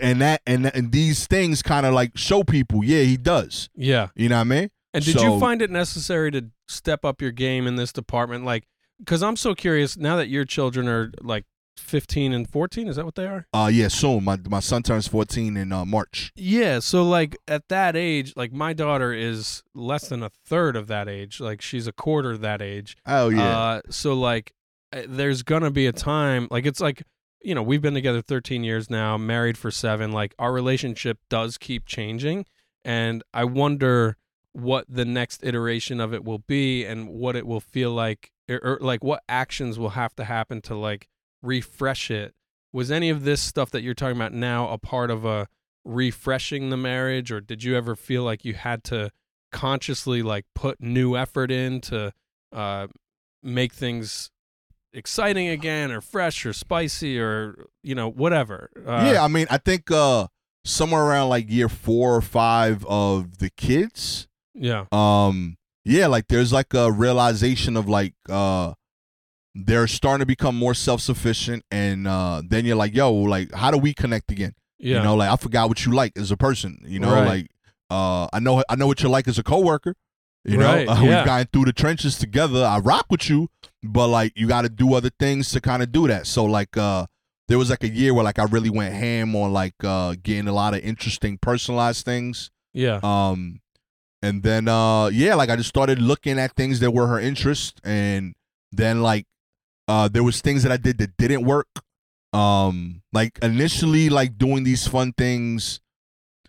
S4: and that and and these things kind of like show people, yeah, he does.
S3: yeah
S4: You know what I mean?
S3: And did
S4: So-
S3: you find it necessary to step up your game in this department? Like, because I'm so curious now that your children are like 15 and 14, is that what they are?
S4: Uh, yeah. Soon, my my son turns 14 in uh, March.
S3: Yeah. So, like, at that age, like, my daughter is less than a third of that age. Like, she's a quarter of that age.
S4: Oh yeah.
S3: Uh, so, like, uh, there's going to be a time, like, it's like, you know, we've been together 13 years now, married for seven. Like, our relationship does keep changing. and I wonder what the next iteration of it will be and what it will feel like or, or like what actions will have to happen to like refresh it was any of this stuff that you're talking about now a part of a refreshing the marriage or did you ever feel like you had to consciously like put new effort in to uh make things exciting again or fresh or spicy or you know whatever uh,
S4: yeah. I mean, I think uh, somewhere around like year four or five of the kids,
S3: yeah
S4: um yeah like there's like a realization of like uh they're starting to become more self-sufficient and uh then you're like yo like how do we connect again
S3: yeah
S4: you know like i forgot what you like as a person you know
S3: Right.
S4: like uh i know i know what you're like as a coworker you know
S3: Right,
S4: uh,
S3: yeah.
S4: we've gotten through the trenches together i rock with you but like you got to do other things to kind of do that so like uh there was like a year where like i really went ham on like uh getting a lot of interesting personalized things
S3: yeah
S4: um, and then uh, yeah, like I just started looking at things that were her interest, and then like uh, there was things that I did that didn't work. Um, like initially, like doing these fun things,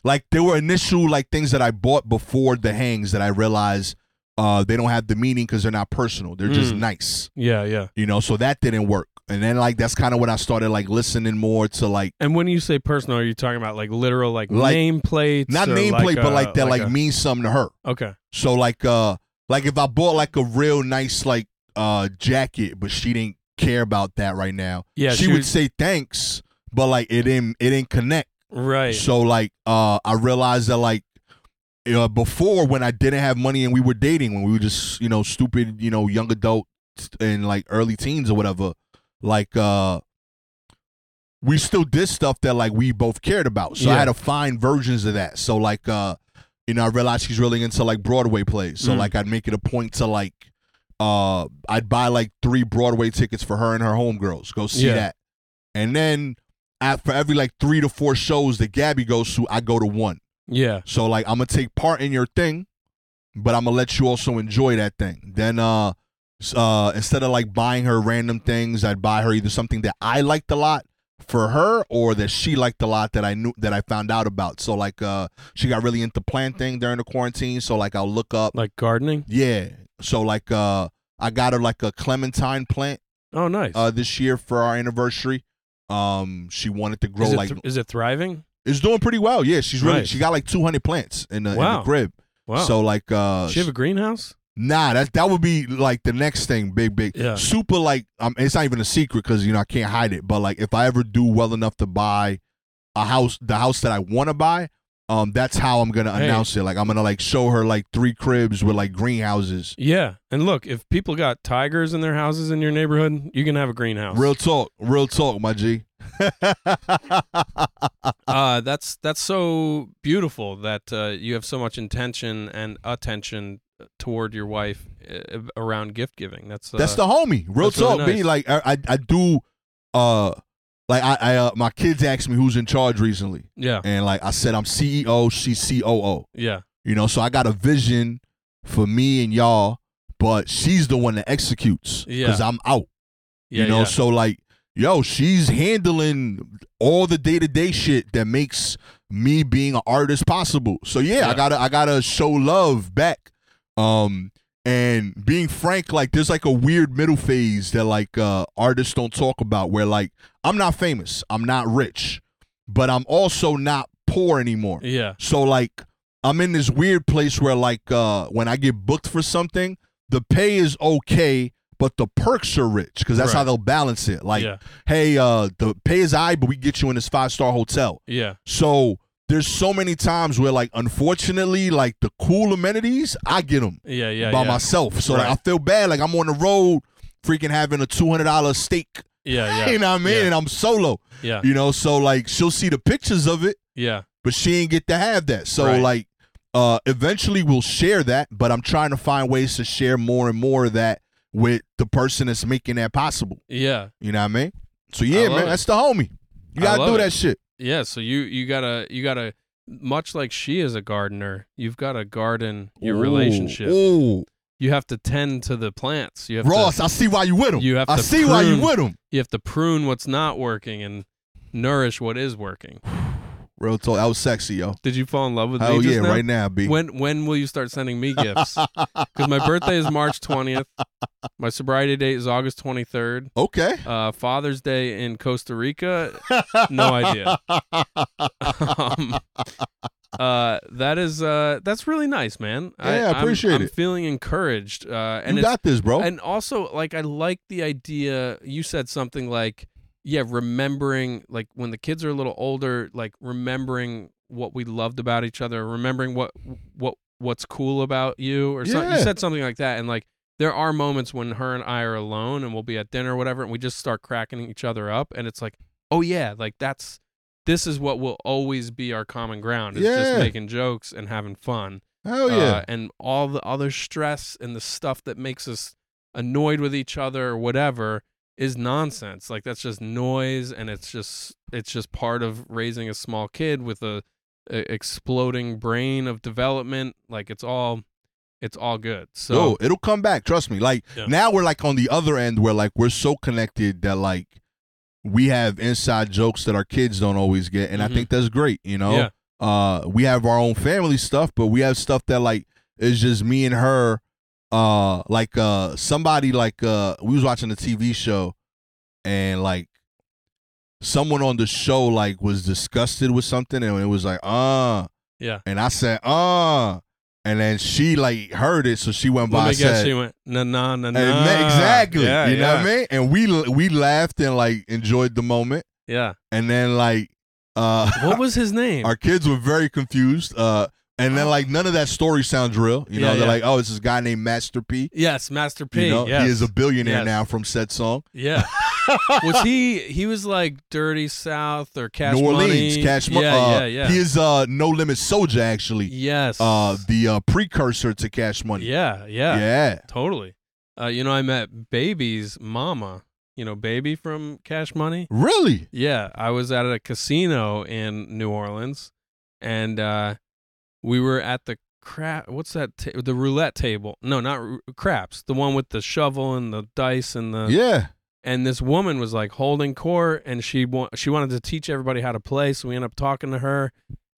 S4: like there were initial like things that I bought before the hangs that I realized Uh, they don't have the meaning because they're not personal. They're just
S3: Mm.
S4: nice,
S3: Yeah, yeah.
S4: you know. So that didn't work. And then like that's kind of when I started like listening more to like
S3: And when you say personal, are you talking about like literal, like,
S4: Like-
S3: nameplates?
S4: not
S3: or
S4: nameplate, but
S3: a-
S4: like that like,
S3: uh, a-
S4: means something to her.
S3: Okay.
S4: So like uh like if I bought like a real nice like uh jacket, but she didn't care about that right now.
S3: Yeah,
S4: she,
S3: she
S4: would
S3: was-
S4: say thanks, but like it didn't it didn't connect.
S3: Right.
S4: So like uh I realized that like uh, before when I didn't have money and we were dating when we were just you know stupid you know young adult and like early teens or whatever, like uh we still did stuff that like we both cared about. So I
S3: Yeah.
S4: had to find versions of that. So like uh you know, I realized she's really into like Broadway plays. So
S3: Mm.
S4: like I'd make it a point to like uh I'd buy like three Broadway tickets for her and her homegirls. Go see
S3: Yeah.
S4: that. And then at, for every like three to four shows that Gabby goes to, I go to one.
S3: yeah.
S4: So like I'm gonna take part in your thing, but I'm gonna let you also enjoy that thing. Then uh s- uh instead of like buying her random things, I'd buy her either something that I liked a lot for her or that she liked a lot that I knew that I found out about. So like uh she got really into planting during the quarantine, so like I'll look up
S3: Like gardening?
S4: yeah. So like uh I got her like a clementine plant
S3: Oh, nice.
S4: uh this year for our anniversary. Um she wanted to grow
S3: is, it
S4: like
S3: thr- is it thriving?
S4: it's doing pretty well. Yeah, she's really
S3: Nice.
S4: she got like 200 plants in the, in
S3: Wow.
S4: the crib.
S3: Wow.
S4: So like uh
S3: Does she have a greenhouse?
S4: nah, that that would be like the next thing, big big.
S3: Yeah.
S4: Super like um, it's not even a secret cuz you know I can't hide it, but like if I ever do well enough to buy a house, the house that I want to buy, um that's how I'm going to
S3: Hey.
S4: announce it. Like I'm going to like show her like three cribs with like greenhouses.
S3: Yeah. And look, if people got tigers in their houses in your neighborhood, you can have a greenhouse.
S4: Real talk, real talk, my G.
S3: Uh, that's that's so beautiful that uh, you have so much intention and attention uh, toward your wife uh, around gift giving. That's uh,
S4: That's the homie. Real
S3: that's really
S4: talk,
S3: nice.
S4: B. Like I, I, I do, uh, like I, I uh, my kids asked me who's in charge recently,
S3: yeah
S4: and like I said, I'm E CEO. She's COO.
S3: yeah
S4: You know, so I got a vision for me and y'all, but she's the one that executes
S3: Yeah.
S4: because I'm out.
S3: yeah
S4: you know,
S3: yeah.
S4: so like, yo, she's handling all the day to day shit that makes me being an artist possible. So yeah,
S3: Yeah.
S4: I gotta I gotta show love back. Um and being frank, like there's like a weird middle phase that like uh artists don't talk about where like I'm not famous, I'm not rich, but I'm also not poor anymore.
S3: yeah
S4: So like I'm in this weird place where like uh when I get booked for something, the pay is okay, but the perks are rich cuz that's
S3: Right.
S4: how they'll balance it. Like
S3: Yeah.
S4: hey, uh the pay is high, but we get you in this five-star hotel.
S3: yeah
S4: So there's so many times where like unfortunately like the cool amenities, I get them
S3: yeah yeah
S4: by
S3: yeah.
S4: myself. So
S3: Right.
S4: like I feel bad like I'm on the road freaking having a $200 steak.
S3: Uh, yeah yeah
S4: You know what I mean?
S3: Yeah.
S4: And I'm solo.
S3: yeah
S4: You know, so like she'll see the pictures of it
S3: yeah
S4: but she ain't get to have that. So
S3: Right.
S4: like uh eventually we'll share that, but I'm trying to find ways to share more and more of that with the person that's making that possible.
S3: yeah
S4: You know what I mean? So yeah,
S3: love
S4: man,
S3: it.
S4: that's the homie. You
S3: I
S4: gotta
S3: love
S4: do
S3: it.
S4: that shit.
S3: yeah. So you you gotta you gotta much like she is a gardener, you've got to garden your
S4: Ooh,
S3: relationship.
S4: Ooh.
S3: You have to tend to the plants. You have
S4: Ross,
S3: to
S4: I see why you with him.
S3: you have
S4: I
S3: to
S4: see why you
S3: prune-
S4: with him.
S3: you have to prune what's not working and nourish what is working.
S4: Real talk. That was sexy, yo.
S3: Did you fall in love with
S4: Hell
S3: me just
S4: yeah,
S3: now?
S4: right now, B.
S3: When when will you start sending me gifts? Because my birthday is March twentieth. My sobriety date is August twenty third.
S4: okay.
S3: Uh, Father's Day in Costa Rica. No idea. um, uh, that is uh, that's really nice, man.
S4: Yeah, I
S3: I'm-
S4: appreciate
S3: I'm
S4: it.
S3: feeling encouraged. Uh, and
S4: you
S3: it's-
S4: got this, bro.
S3: and also like I like the idea. You said something like, yeah, remembering like when the kids are a little older, like remembering what we loved about each other, remembering what what what's cool about you or something. You
S4: Yeah.
S3: said something like that, and like there are moments when her and I are alone and we'll be at dinner or whatever, and we just start cracking each other up, and it's like, oh yeah, like that's this is what will always be our common ground. It's just
S4: Yeah.
S3: making jokes and having fun
S4: Hell Oh, yeah.
S3: uh, and all the other stress and the stuff that makes us annoyed with each other or whatever is nonsense. Like that's just noise, and it's just it's just part of raising a small kid with a, a exploding brain of development. Like it's all it's all good. So
S4: Yo, it'll come back. Trust me. Like
S3: Yeah.
S4: now we're like on the other end where like we're so connected that like we have inside jokes that our kids don't always get, and
S3: Mhm.
S4: I think that's great. You know,
S3: yeah,
S4: uh, we have our own family stuff, but we have stuff that like is just me and her uh like uh somebody like uh we was watching a TV show and like someone on the show like was disgusted with something and it was like uh
S3: Yeah.
S4: and I said uh and then she like heard it so she went by
S3: Let me
S4: and
S3: guess.
S4: said
S3: She went na na na
S4: and
S3: na.
S4: ma- exactly
S3: Yeah,
S4: you know
S3: yeah,
S4: what I mean and we we laughed and like enjoyed the moment
S3: Yeah.
S4: and then like uh
S3: What was his name?
S4: our kids were very confused uh and then like none of that story sounds real you know
S3: Yeah,
S4: they're
S3: yeah.
S4: like oh it's this guy named Master P
S3: yes, Master P.
S4: you know,
S3: yes.
S4: he is a billionaire
S3: Yes.
S4: now from said song.
S3: Yeah. was he he was like Dirty South or Cash
S4: New Orleans,
S3: Money?
S4: Cash Money.
S3: Yeah,
S4: uh,
S3: yeah, yeah.
S4: He is uh, No Limit Soldier, actually.
S3: yes.
S4: Uh, the uh, precursor to Cash Money.
S3: yeah, yeah,
S4: Yeah.
S3: Totally. Uh, you know, I met Baby's mama, you know, Baby from Cash Money.
S4: Really?
S3: Yeah, I was at a casino in New Orleans, and uh, we were at the crap. What's that? Ta- the roulette table? No, not ru- craps. The one with the shovel and the dice and the.
S4: yeah.
S3: And this woman was like holding court, and she wa- she wanted to teach everybody how to play. So we ended up talking to her,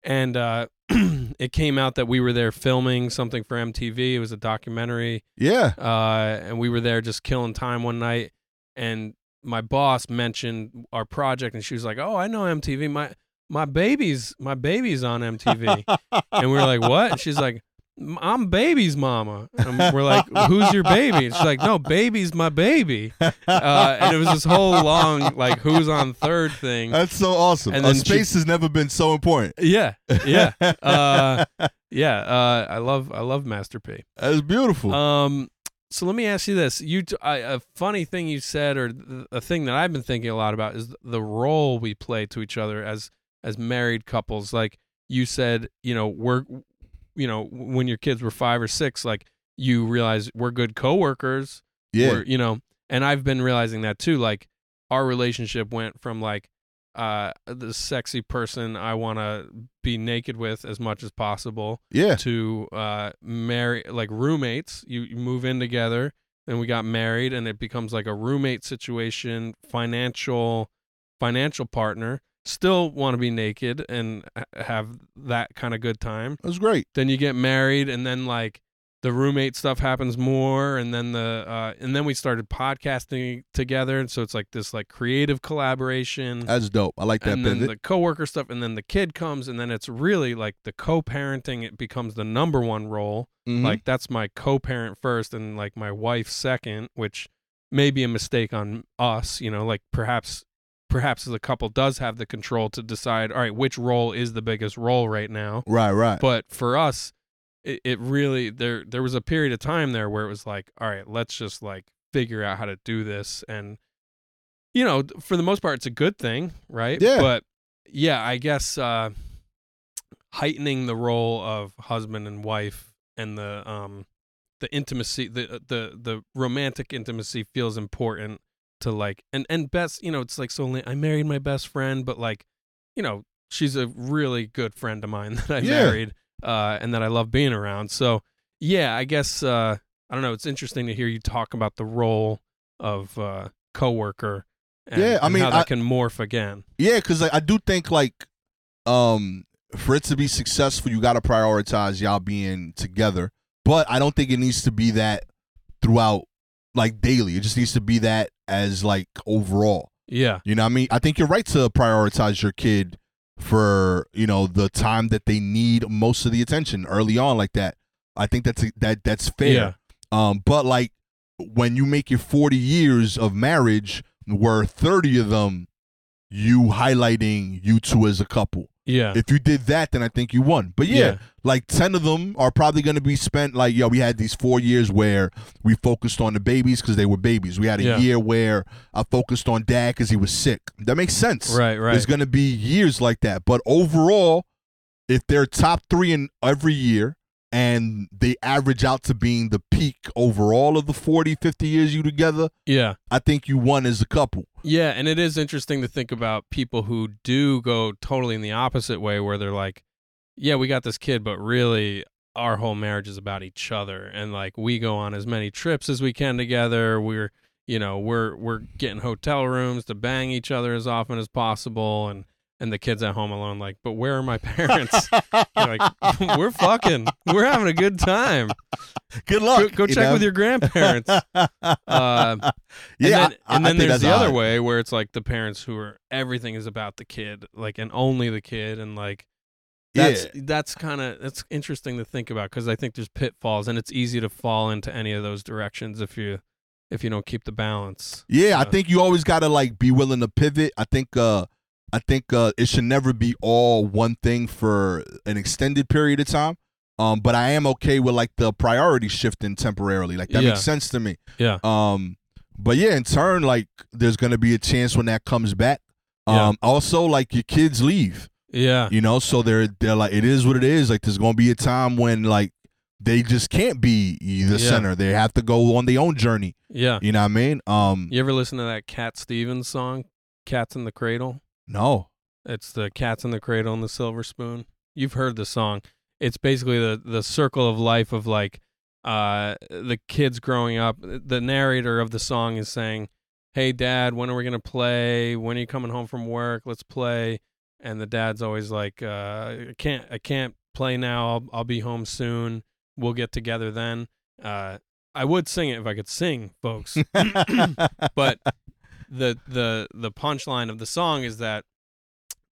S3: and uh, it came out that we were there filming something for MTV. It was a documentary
S4: Yeah.
S3: uh, and we were there just killing time one night. And my boss mentioned our project, and she was like, "Oh, I know MTV. My my baby's my baby's on MTV." and we were like, "What?" And she's like, "M- "I'm baby's mama." And we're like, "Who's your baby?" And she's like, "No, baby's my baby." Uh, and it was this whole long like who's on third thing.
S4: That's so awesome.
S3: And
S4: And uh,
S3: then
S4: space has never been so important.
S3: Yeah, yeah, uh, yeah. Uh, I love I love Master P.
S4: That's beautiful.
S3: Um, so let me ask you this: you t- I- a funny thing you said, or th- a thing that I've been thinking a lot about, is the role we play to each other as as married couples. Like you said, you know, we're, you know, when your kids were five or six, like you realize we're good coworkers
S4: yeah.
S3: were, you know, and I've been realizing that too. Like our relationship went from like uh the sexy person I want to be naked with as much as possible
S4: Yeah.
S3: to uh marry like roommates. You, you move in together and we got married and it becomes like a roommate situation, financial financial partner. Still want to be naked and ha- have that kind of good time
S4: That's great.
S3: then you get married and then like the roommate stuff happens more and then the uh, and then we started podcasting together and so it's like this like creative collaboration
S4: That's dope. I like that
S3: and then
S4: pivot.
S3: the coworker stuff and then the kid comes and then it's really like the co-parenting it becomes the number one role
S4: Mhm.
S3: like that's my co-parent first and like my wife second which may be a mistake on us you know like perhaps perhaps the couple does have the control to decide all right which role is the biggest role right now
S4: Mm-hmm. right, right.
S3: but for us it, it really there there was a period of time there where it was like all right let's just like figure out how to do this and you know for the most part it's a good thing right
S4: Yeah.
S3: but yeah i guess uh heightening the role of husband and wife and the um the intimacy the uh, the the romantic intimacy feels important to like and and best you know it's like so la- i married my best friend but like you know she's a really good friend of mine that i
S4: Yeah.
S3: married uh and that i love being around so yeah i guess uh i don't know it's interesting to hear you talk about the role of uh coworker and,
S4: Yeah, I
S3: and
S4: mean,
S3: how that
S4: I-
S3: can morph again
S4: yeah, because I do think like um for it to be successful, you got to prioritize y'all being together. But I don't think it needs to be that throughout like daily. It just needs to be that as like overall.
S3: yeah
S4: You know what I mean? I think you're right to prioritize your kid for, you know, the time that they need most of the attention early on like that. I think that's that that's fair.
S3: Yeah.
S4: Um but like when you make your 40 years of marriage where 30 of them you highlighting you two as a couple.
S3: yeah
S4: If you did that then I think you won. But yeah,
S3: Yeah.
S4: like 10 of them are probably going to be spent like yo we had these 4 years where we focused on the babies cuz they were babies. We had a
S3: Yeah.
S4: year where I focused on dad cuz he was sick. That makes sense.
S3: right right
S4: There's going to be years like that. But overall, if they're top three in every year and they average out to being the peak overall of the 40, 50 years you together,
S3: yeah
S4: I think you won as a couple.
S3: Yeah, and it is interesting to think about people who do go totally in the opposite way where they're like, yeah, we got this kid, but really our whole marriage is about each other and like we go on as many trips as we can together. We're, you know, we're we're getting hotel rooms to bang each other as often as possible and and the kids at home alone like, but where are my parents? They're like, we're fucking, we're having a good time.
S4: Good
S3: Go,
S4: luck.
S3: go check with your grandparents. Uh,
S4: yeah,
S3: and then, and
S4: I- I
S3: then
S4: think
S3: there's
S4: that's
S3: the other
S4: odd.
S3: way where it's like the parents who are everything is about the kid, like and only the kid, and like that's
S4: yeah.
S3: that's kind of that's interesting to think about because I think there's pitfalls and it's easy to fall into any of those directions if you if you don't keep the balance.
S4: Yeah,
S3: Yeah.
S4: I think you always gotta like be willing to pivot. I think uh I think uh it should never be all one thing for an extended period of time. Um, but I am okay with like the priority shifting temporarily. Like that
S3: Yeah.
S4: makes sense to me.
S3: Yeah.
S4: Um, but yeah, in turn, like there's gonna be a chance when that comes back. Um,
S3: Yeah.
S4: also like your kids leave,
S3: Yeah,
S4: you know, so they're they're like it is what it is. Like there's gonna be a time when like they just can't be the
S3: Yeah.
S4: center. They have to go on their own journey.
S3: yeah.
S4: You know what I mean? Um,
S3: You ever listen to that Cat Stevens song, "Cats in the Cradle"?
S4: no.
S3: It's the Cats in the Cradle and the Silver Spoon. You've heard the song. It's basically the the circle of life of like uh the kids growing up. The narrator of the song is saying, "Hey dad, when are we going to play? When are you coming home from work? Let's play." And the dad's always like, uh, "I can't I can't play now. I'll I'll be home soon. We'll get together then." Uh I would sing it if I could sing, folks. but the the the punchline of the song is that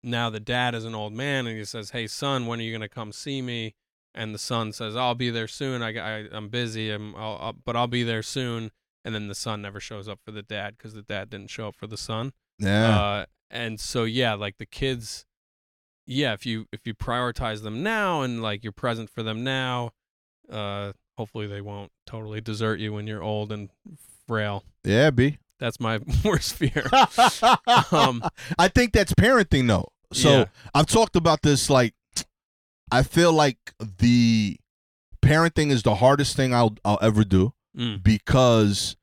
S3: now the dad is an old man and he says, "Hey son, when are you gonna come see me?" And the son says, "I'll be there soon. I, I I'm busy. I'm I'll, I'll, but I'll be there soon." And then the son never shows up for the dad because the dad didn't show up for the son.
S4: yeah,
S3: Uh, and so yeah, like the kids, yeah, if you if you prioritize them now and like you're present for them now, uh, hopefully they won't totally desert you when you're old and frail.
S4: yeah, B.
S3: That's my worst fear.
S4: um,
S3: Um,
S4: I think that's parenting though. So
S3: Yeah.
S4: I've talked about this. Like, I feel like the parenting is the hardest thing I'll I'll ever do
S3: Mm.
S4: because,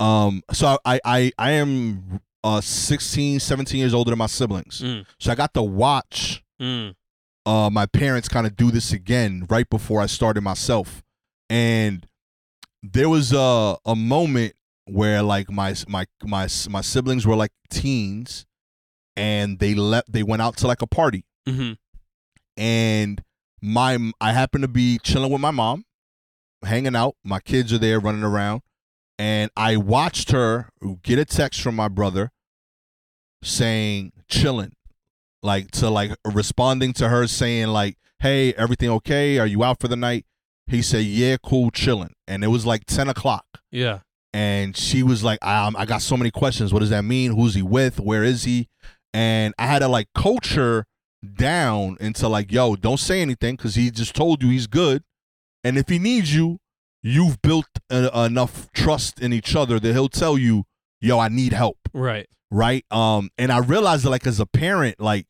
S4: um, so I I I am uh 16, 17 years older than my siblings,
S3: Mm.
S4: so I got to watch
S3: Mm.
S4: uh, my parents kind of do this again right before I started myself, and there was a a moment where like my my my my siblings were like teens, and they left. They went out to like a party,
S3: hmm
S4: and my I happened to be chilling with my mom, hanging out. My kids are there running around, and I watched her get a text from my brother saying chilling, like to like responding to her saying like, "Hey, everything okay? Are you out for the night?" He said, "Yeah, cool, chilling." And it was like ten o'clock,
S3: Yeah.
S4: and she was like, I, "I got so many questions. What does that mean? Who's he with? Where is he?" And I had to like coach her down into like, "Yo, don't say anything because he just told you he's good, and if he needs you, you've built uh enough trust in each other that he'll tell you, yo, I need help.'"
S3: Right.
S4: right? Um, and I realized that like as a parent, like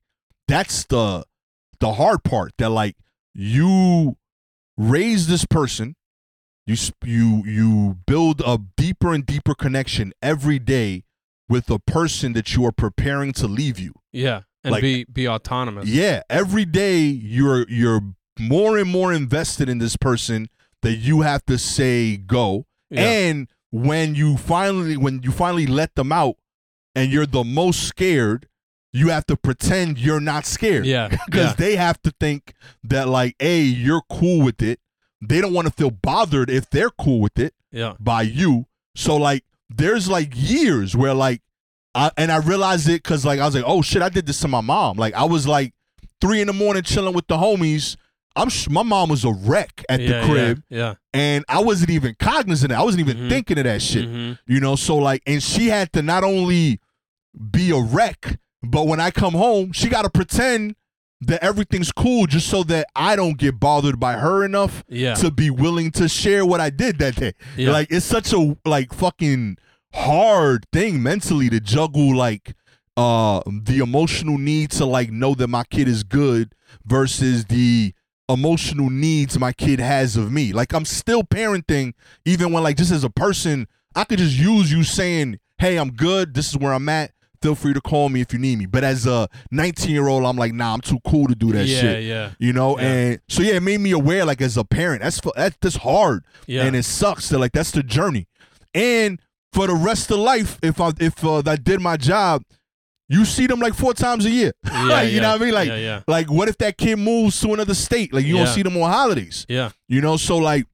S4: that's the the hard part that like you raise this person, you sp- you you build a deeper and deeper connection every day with the person that you are preparing to leave you.
S3: Yeah. And
S4: Like-
S3: be be autonomous.
S4: Yeah, every day you're you're more and more invested in this person that you have to say go.
S3: Yeah.
S4: And when you finally when you finally let them out and you're the most scared, you have to pretend you're not scared.
S3: yeah.
S4: Because
S3: yeah.
S4: they have to think that like, hey, you're cool with it. They don't want to feel bothered if they're cool with it
S3: Yeah.
S4: by you. So like there's like years where like I and I realized it because like I was like, oh shit, I did this to my mom. Like I was like three in the morning chilling with the homies. I'm sh- my mom was a wreck at
S3: yeah,
S4: the crib
S3: Yeah.
S4: and I wasn't even cognizant. of it. I wasn't even
S3: Mhm.
S4: thinking of that
S3: yeah.
S4: shit.
S3: hmm
S4: You know, so like, and she had to not only be a wreck, but when I come home, she got to pretend that everything's cool just so that I don't get bothered by her enough
S3: Yeah.
S4: to be willing to share what I did that day.
S3: Yeah.
S4: Like, it's such a like fucking hard thing mentally to juggle like uh the emotional need to like know that my kid is good versus the emotional needs my kid has of me. Like I'm still parenting, even when like just as a person, I could just use you saying, "Hey, I'm good. This is where I'm at. Feel free to call me if you need me." But as a 19 year old, I'm like, "Nah, I'm too cool to do that
S3: yeah,
S4: shit."
S3: yeah.
S4: You know,
S3: Yeah.
S4: and so yeah, it made me aware. Like as a parent, that's fu- that's that's hard,
S3: Yeah.
S4: and it sucks. That like that's the journey, and for the rest of life, if I if uh, I did my job, You see them like four times a year.
S3: Yeah,
S4: you know
S3: yeah.
S4: what I mean? Like,
S3: yeah, yeah,
S4: like what if that kid moves to another state? Like you
S3: Yeah.
S4: don't see them on holidays.
S3: yeah.
S4: You know, so like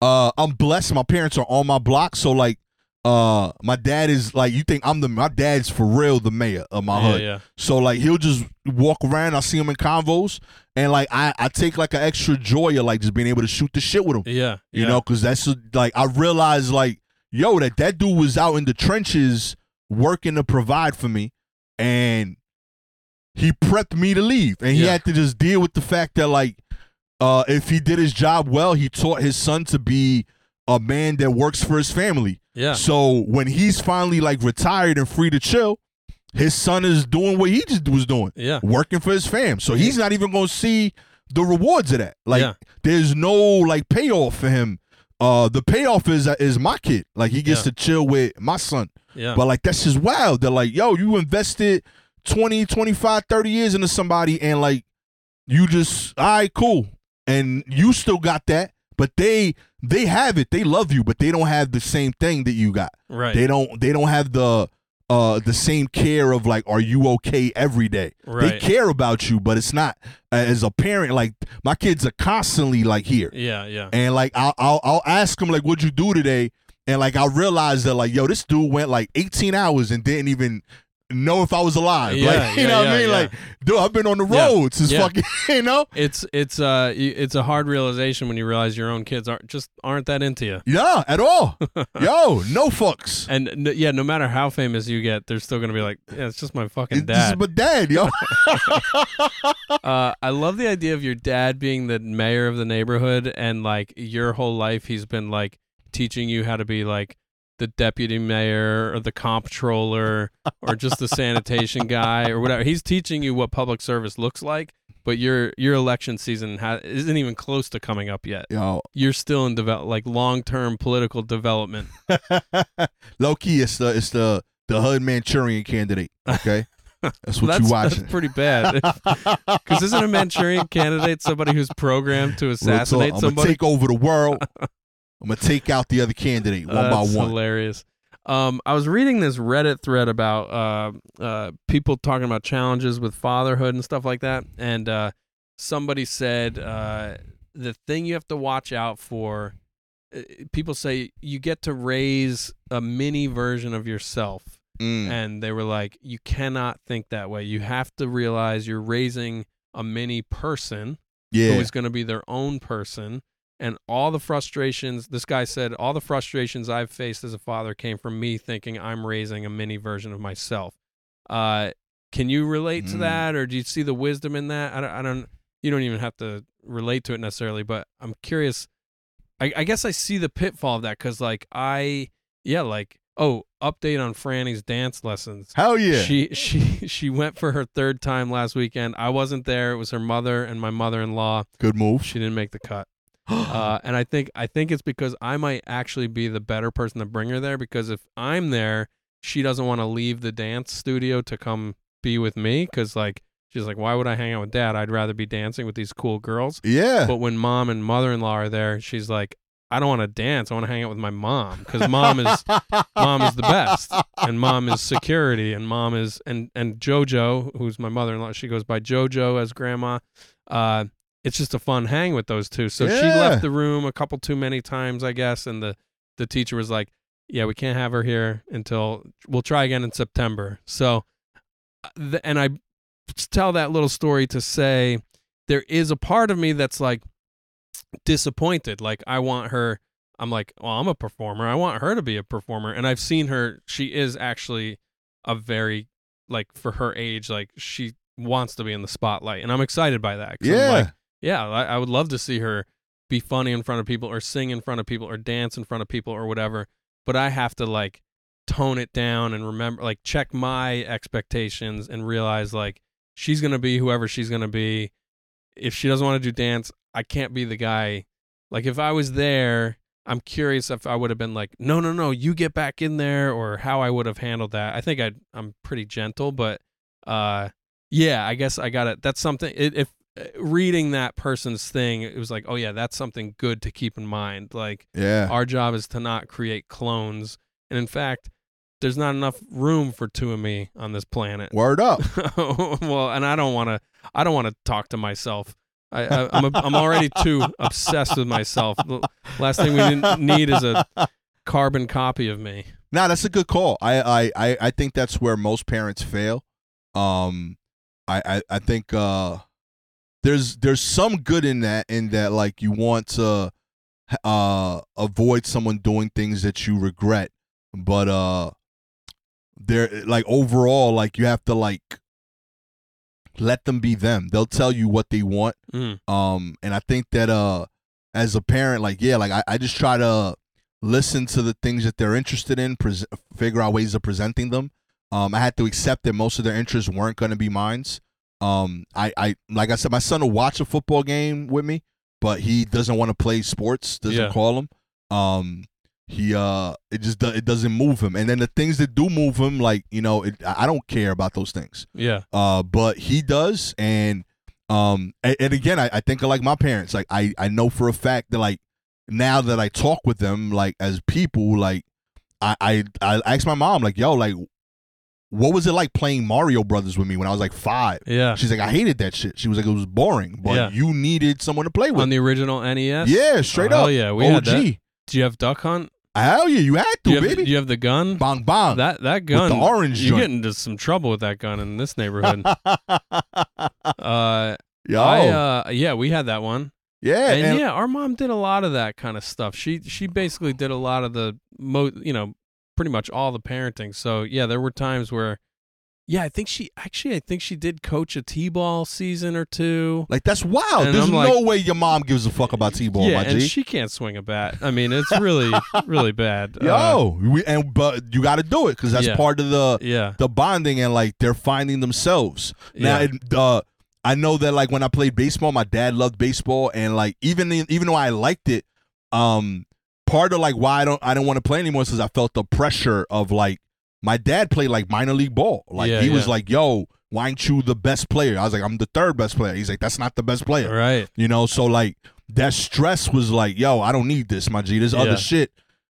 S4: uh I'm blessed. My parents are on my block, so like uh my dad is like you think I'm the my dad's for real the mayor of my
S3: yeah,
S4: hood.
S3: yeah.
S4: So like he'll just walk around, I see him in convos and like I, I take like an extra joy of like just being able to shoot the shit with him.
S3: Yeah,
S4: You
S3: yeah.
S4: know, cause that's like I realized like, yo, that that dude was out in the trenches working to provide for me, and he prepped me to leave, and he
S3: Yeah.
S4: had to just deal with the fact that like, uh, if he did his job well, he taught his son to be a man that works for his family.
S3: yeah,
S4: So when he's finally like retired and free to chill, his son is doing what he just was doing
S3: yeah,
S4: working for his fam. So he's not even gonna see the rewards of that. Like
S3: Yeah.
S4: there's no like payoff for him. Uh the payoff is is my kid. Like he gets
S3: Yeah.
S4: to chill with my son.
S3: yeah.
S4: But like that's just wild. They're like, yo, you invested 20, 25, 30 years into somebody and like you just all right, cool. And you still got that, but they they have it. They love you, but they don't have the same thing that you got.
S3: right.
S4: They don't they don't have the uh the same care of like are you okay every day. They
S3: Right.
S4: care about you, but it's not uh, as a parent like my kids are constantly like here.
S3: yeah, yeah,
S4: And like I'll, I'll I'll ask them like what'd you do today? And like I realized that like yo this dude went like 18 hours and didn't even know if I was alive.
S3: Yeah,
S4: like you
S3: yeah,
S4: know what
S3: yeah,
S4: I mean?
S3: yeah.
S4: Like dude, I've been on the
S3: Yeah,
S4: road since
S3: yeah.
S4: fucking you know.
S3: It's it's uh y- it's a hard realization when you realize your own kids aren't just aren't that into you.
S4: Yeah, at all. yo, no fucks.
S3: And n- yeah, no matter how famous you get, they're still gonna be like, yeah, it's just my fucking
S4: It's- This is
S3: dad.
S4: my dad, yo.
S3: Uh, I love the idea of your dad being the mayor of the neighborhood, and like your whole life, he's been like teaching you how to be like the deputy mayor or the comptroller or just the sanitation guy or whatever. He's teaching you what public service looks like, but your your election season ha- isn't even close to coming up yet.
S4: yo,
S3: You're still in develop like long term political development.
S4: Low key, it's the it's the the hood Manchurian candidate. Okay, that's
S3: that's,
S4: what you
S3: that's
S4: watching.
S3: pretty bad. Because isn't a Manchurian candidate somebody who's programmed to assassinate
S4: I'm gonna
S3: somebody?
S4: take over the world. I'm gonna take out the other candidate one by
S3: That's
S4: one.
S3: Hilarious. Um, I was reading this Reddit thread about uh, uh, people talking about challenges with fatherhood and stuff like that, and uh, somebody said uh, the thing you have to watch out for. uh, People say you get to raise a mini version of yourself,
S4: Mm.
S3: and they were like, you cannot think that way. You have to realize you're raising a mini person, who
S4: Yeah,
S3: is going to be their own person. And all the frustrations, this guy said, all the frustrations I've faced as a father came from me thinking I'm raising a mini version of myself. Uh, can you relate to
S4: Mm.
S3: that, or do you see the wisdom in that? I don't, I don't. You don't even have to relate to it necessarily, but I'm curious. I, I guess I see the pitfall of that because, like, I yeah, like oh, update on Franny's dance lessons.
S4: hell yeah.
S3: She she she went for her third time last weekend. I wasn't there. It was her mother and my mother-in-law.
S4: Good move.
S3: She didn't make the cut. Uh, and I think I think it's because I might actually be the better person to bring her there because if I'm there, she doesn't want to leave the dance studio to come be with me because like she's like, why would I hang out with dad? I'd rather be dancing with these cool girls.
S4: yeah,
S3: But when mom and mother-in-law are there, she's like, I don't want to dance. I want to hang out with my mom because mom is mom is the best and mom is security and mom is and and jojo who's my mother-in-law she goes by jojo as grandma uh it's just a fun hang with those two so she
S4: Yeah.
S3: left the room a couple too many times i guess and the the teacher was like yeah we can't have her here until we'll try again in september so uh, th- and i tell that little story to say there is a part of me that's like disappointed like i want her I'm like, well, I'm a performer. I want her to be a performer. And I've seen her. She is actually a very, like, for her age, like, she wants to be in the spotlight. And I'm excited by that. 'cause I'm
S4: yeah.
S3: like, yeah, I, I would love to see her be funny in front of people or sing in front of people or dance in front of people or whatever. But I have to, like, tone it down and remember, like, check my expectations and realize, like, she's going to be whoever she's going to be. If she doesn't want to do dance, I can't be the guy. Like, if I was there, I'm curious if I would have been like, no, no, no, you get back in there, or how I would have handled that. I think I I'm pretty gentle, but uh, yeah, I guess I got it. That's something. It, if uh, reading that person's thing, it was like, oh yeah, that's something good to keep in mind. Like
S4: yeah,
S3: our job is to not create clones, and in fact, there's not enough room for two of me on this planet.
S4: Word up.
S3: well, and I don't want to. I don't want to talk to myself. I, I, I'm a, I'm already too obsessed with myself. The last thing we didn't need is a carbon copy of me.
S4: Nah, that's a good call. I I I, I think that's where most parents fail. Um, I I, I think uh, there's there's some good in that in that like you want to uh avoid someone doing things that you regret, but uh, there like overall like you have to like let them be them. They'll tell you what they want.
S3: Mm.
S4: Um, and I think that uh, as a parent, like yeah, like I, I just try to listen to the things that they're interested in, pres figure out ways of presenting them. Um, I had to accept that most of their interests weren't going to be mine. Um, I, I like I said, my son will watch a football game with me, but he doesn't want to play sports. Doesn't
S3: Yeah.
S4: call him. Um, he uh, it just do- it doesn't move him. And then the things that do move him, like you know, it, I I don't care about those things
S3: Yeah.
S4: uh, but he does, and um, and, and again, I, I think like my parents, like I I know for a fact that like now that I talk with them, like as people, like I I I asked my mom, like yo, like what was it like playing Mario Brothers with me when I was like five?
S3: Yeah.
S4: She's like, I hated that shit. She was like, it was boring, but
S3: Yeah.
S4: you needed someone to play
S3: On
S4: with.
S3: the original NES.
S4: Yeah, straight
S3: Oh,
S4: up.
S3: yeah, we
S4: OG.
S3: had that. Do you have Duck Hunt?
S4: Hell yeah, you had to,
S3: Do you have,
S4: baby.
S3: do you have the gun?
S4: bong bong.
S3: That that gun.
S4: the orange
S3: You're
S4: joint.
S3: getting into some trouble with that gun in this neighborhood. uh,
S4: Yo,
S3: I uh, yeah, we had that one.
S4: Oh. yeah,
S3: and,
S4: and-
S3: yeah, our mom did a lot of that kind of stuff. She she basically did a lot of the mo, you know, pretty much all the parenting. So yeah, there were times where, yeah, I think she actually I think she did coach a t-ball season or two.
S4: Like that's wild.
S3: And
S4: There's
S3: I'm like-
S4: no way your mom gives a fuck about t-ball,
S3: yeah,
S4: my
S3: and
S4: G.
S3: she can't swing a bat. I mean, it's really really bad. Uh,
S4: Yo, we, and but you got to do it because that's
S3: Yeah.
S4: part of the
S3: Uh, yeah,
S4: the bonding and like they're finding themselves. Now,
S3: yeah,
S4: it, uh, I know that like when I played baseball, my dad loved baseball, and like even in- even though I liked it, um, part of like why I don't I didn't want to play anymore is 'cause I felt the pressure of like my dad played like minor league ball. Like
S3: Yeah,
S4: he was
S3: yeah.
S4: like, "Yo, why aren't you the best player?" I was like, "I'm the third best player." He's like, "That's not the best player."
S3: right.
S4: You know, so like that stress was like, yo, I don't need this, my G. This
S3: Yeah.
S4: other shit.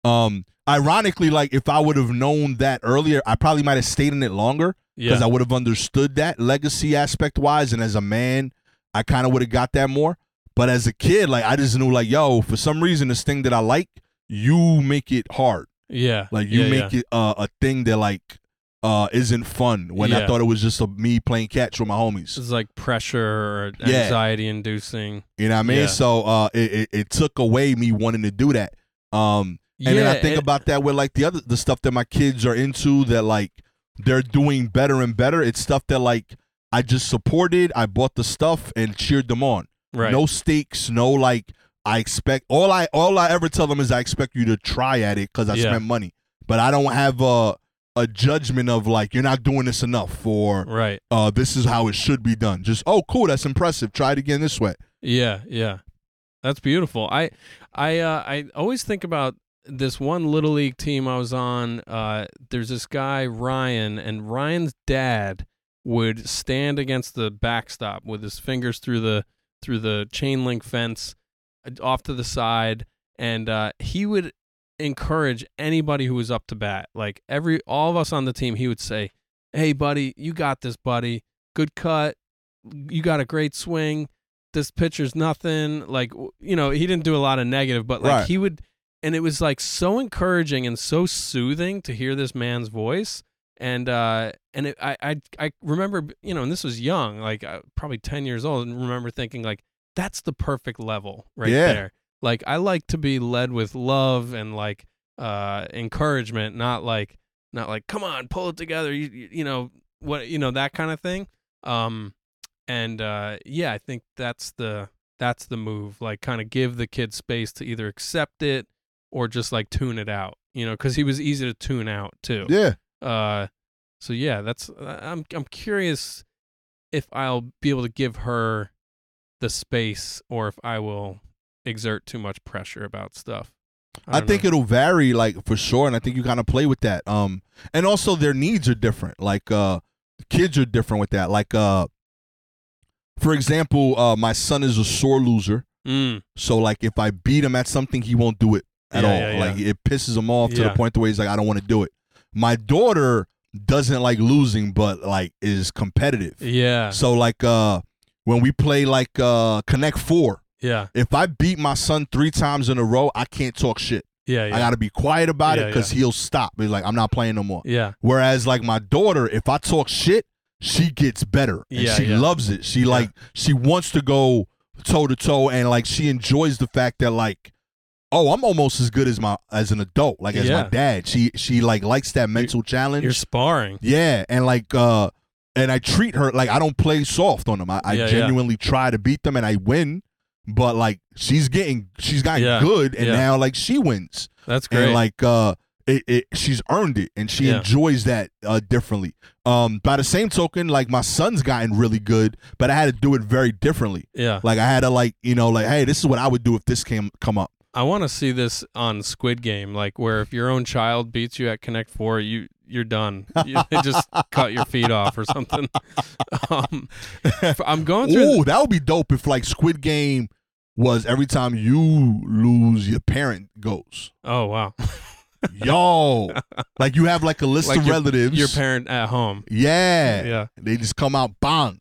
S4: Um, ironically, like if I would have known that earlier, I probably might have stayed in it longer because
S3: Yeah,
S4: I would have understood that legacy aspect wise, and as a man, I kind of would have got that more. But as a kid, like I just knew, like, yo, for some reason, this thing that I like, you make it hard.
S3: yeah,
S4: Like you
S3: yeah,
S4: make it uh, a thing that like uh isn't fun. When I
S3: Yeah.
S4: thought it was just a, me playing catch with my homies.
S3: It's like pressure or
S4: Yeah.
S3: anxiety inducing.
S4: You know what I mean?
S3: Yeah.
S4: So uh, it, it it took away me wanting to do that. Um, and then I think
S3: it-
S4: about that with like the other the stuff that my kids are into that like they're doing better and better. It's stuff that like I just supported. I bought the stuff and cheered them on.
S3: right.
S4: No stakes. No like I expect. All I all I ever tell them is I expect you to try at it because I
S3: Yeah.
S4: spent money. But I don't have a a judgment of like you're not doing this enough or
S3: right.
S4: uh, this is how it should be done. Just oh cool, that's impressive. Try it again this way.
S3: Yeah, yeah. That's beautiful. I I uh, I always think about this one little league team I was on. Uh, there's this guy Ryan, and Ryan's dad would stand against the backstop with his fingers through the through the chain link fence, uh, off to the side, and uh, he would encourage anybody who was up to bat. Like every all of us on the team, he would say, "Hey, buddy, you got this, buddy. Good cut. You got a great swing." this pitcher's nothing like w- you know he didn't do a lot of negative but like
S4: Right.
S3: he would and it was like so encouraging and so soothing to hear this man's voice and uh and it, I, I i remember you know and this was young like uh, probably 10 years old and remember thinking like that's the perfect level right
S4: Yeah.
S3: there like i like to be led with love and like uh encouragement not like not like come on pull it together you, you, you know what you know that kind of thing um and uh yeah i think that's the that's the move like kind of give the kid space to either accept it or just like tune it out you know because he was easy to tune out too
S4: Yeah.
S3: uh so yeah that's I- i'm i'm curious if i'll be able to give her the space or if i will exert too much pressure about stuff
S4: I,
S3: don't
S4: think
S3: know.
S4: it'll vary, like for sure, and I think you kind of play with that. Um, and also their needs are different. Like, uh, kids are different with that. Like, uh, for example, uh, my son is a sore loser,
S3: mm,
S4: so like if I beat him at something, he won't do it at
S3: Yeah,
S4: all.
S3: yeah, yeah.
S4: Like it pisses him off to
S3: Yeah.
S4: the point the way he's like, I don't want to do it. my daughter doesn't like losing, but like is competitive.
S3: Yeah.
S4: So like uh when we play like uh Connect Four,
S3: Yeah.
S4: if I beat my son three times in a row, I can't talk shit.
S3: Yeah.
S4: I
S3: Yeah.
S4: gotta be quiet about it
S3: Yeah,
S4: because he'll stop. He's like, I'm not playing no more.
S3: yeah.
S4: Whereas like my daughter, if I talk shit, she gets better. And
S3: Yeah,
S4: she
S3: yeah.
S4: loves it. She like she wants to go toe to toe and like she enjoys the fact that like oh, I'm almost as good as my as an adult, like as
S3: Yeah.
S4: my dad. She she like likes that mental challenge.
S3: You're sparring.
S4: Yeah, and like uh and I treat her like I don't play soft on them. I, I
S3: Yeah, yeah.
S4: genuinely try to beat them and I win, but like she's getting she's gotten
S3: Yeah,
S4: good and
S3: yeah.
S4: now like she wins.
S3: That's great.
S4: And like uh it, it she's earned it and she
S3: Yeah.
S4: enjoys that uh differently. Um by the same token, like my son's gotten really good, but I had to do it very differently.
S3: yeah.
S4: Like I had to like, you know, like, hey, this is what I would do if this came come up.
S3: I want to see this on Squid Game, like where if your own child beats you at Connect Four, you you're done. You they just cut your feet off or something. Um, f- I'm going through.
S4: Ooh, that would be dope if like Squid Game was every time you lose, your parent goes.
S3: oh wow,
S4: Yo, like you have like a list
S3: Like
S4: of relatives.
S3: your parent at home.
S4: Yeah.
S3: Yeah,
S4: They just come out bang.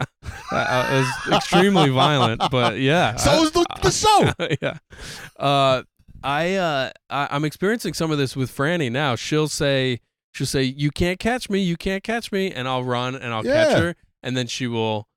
S3: uh, uh, it was extremely violent, but yeah.
S4: So
S3: I-
S4: is the, the show.
S3: yeah. Uh, I, uh, I I'm experiencing some of this with Franny now. She'll say she'll say you can't catch me, you can't catch me, and I'll run and I'll catch
S4: Yeah.
S3: her, and then she will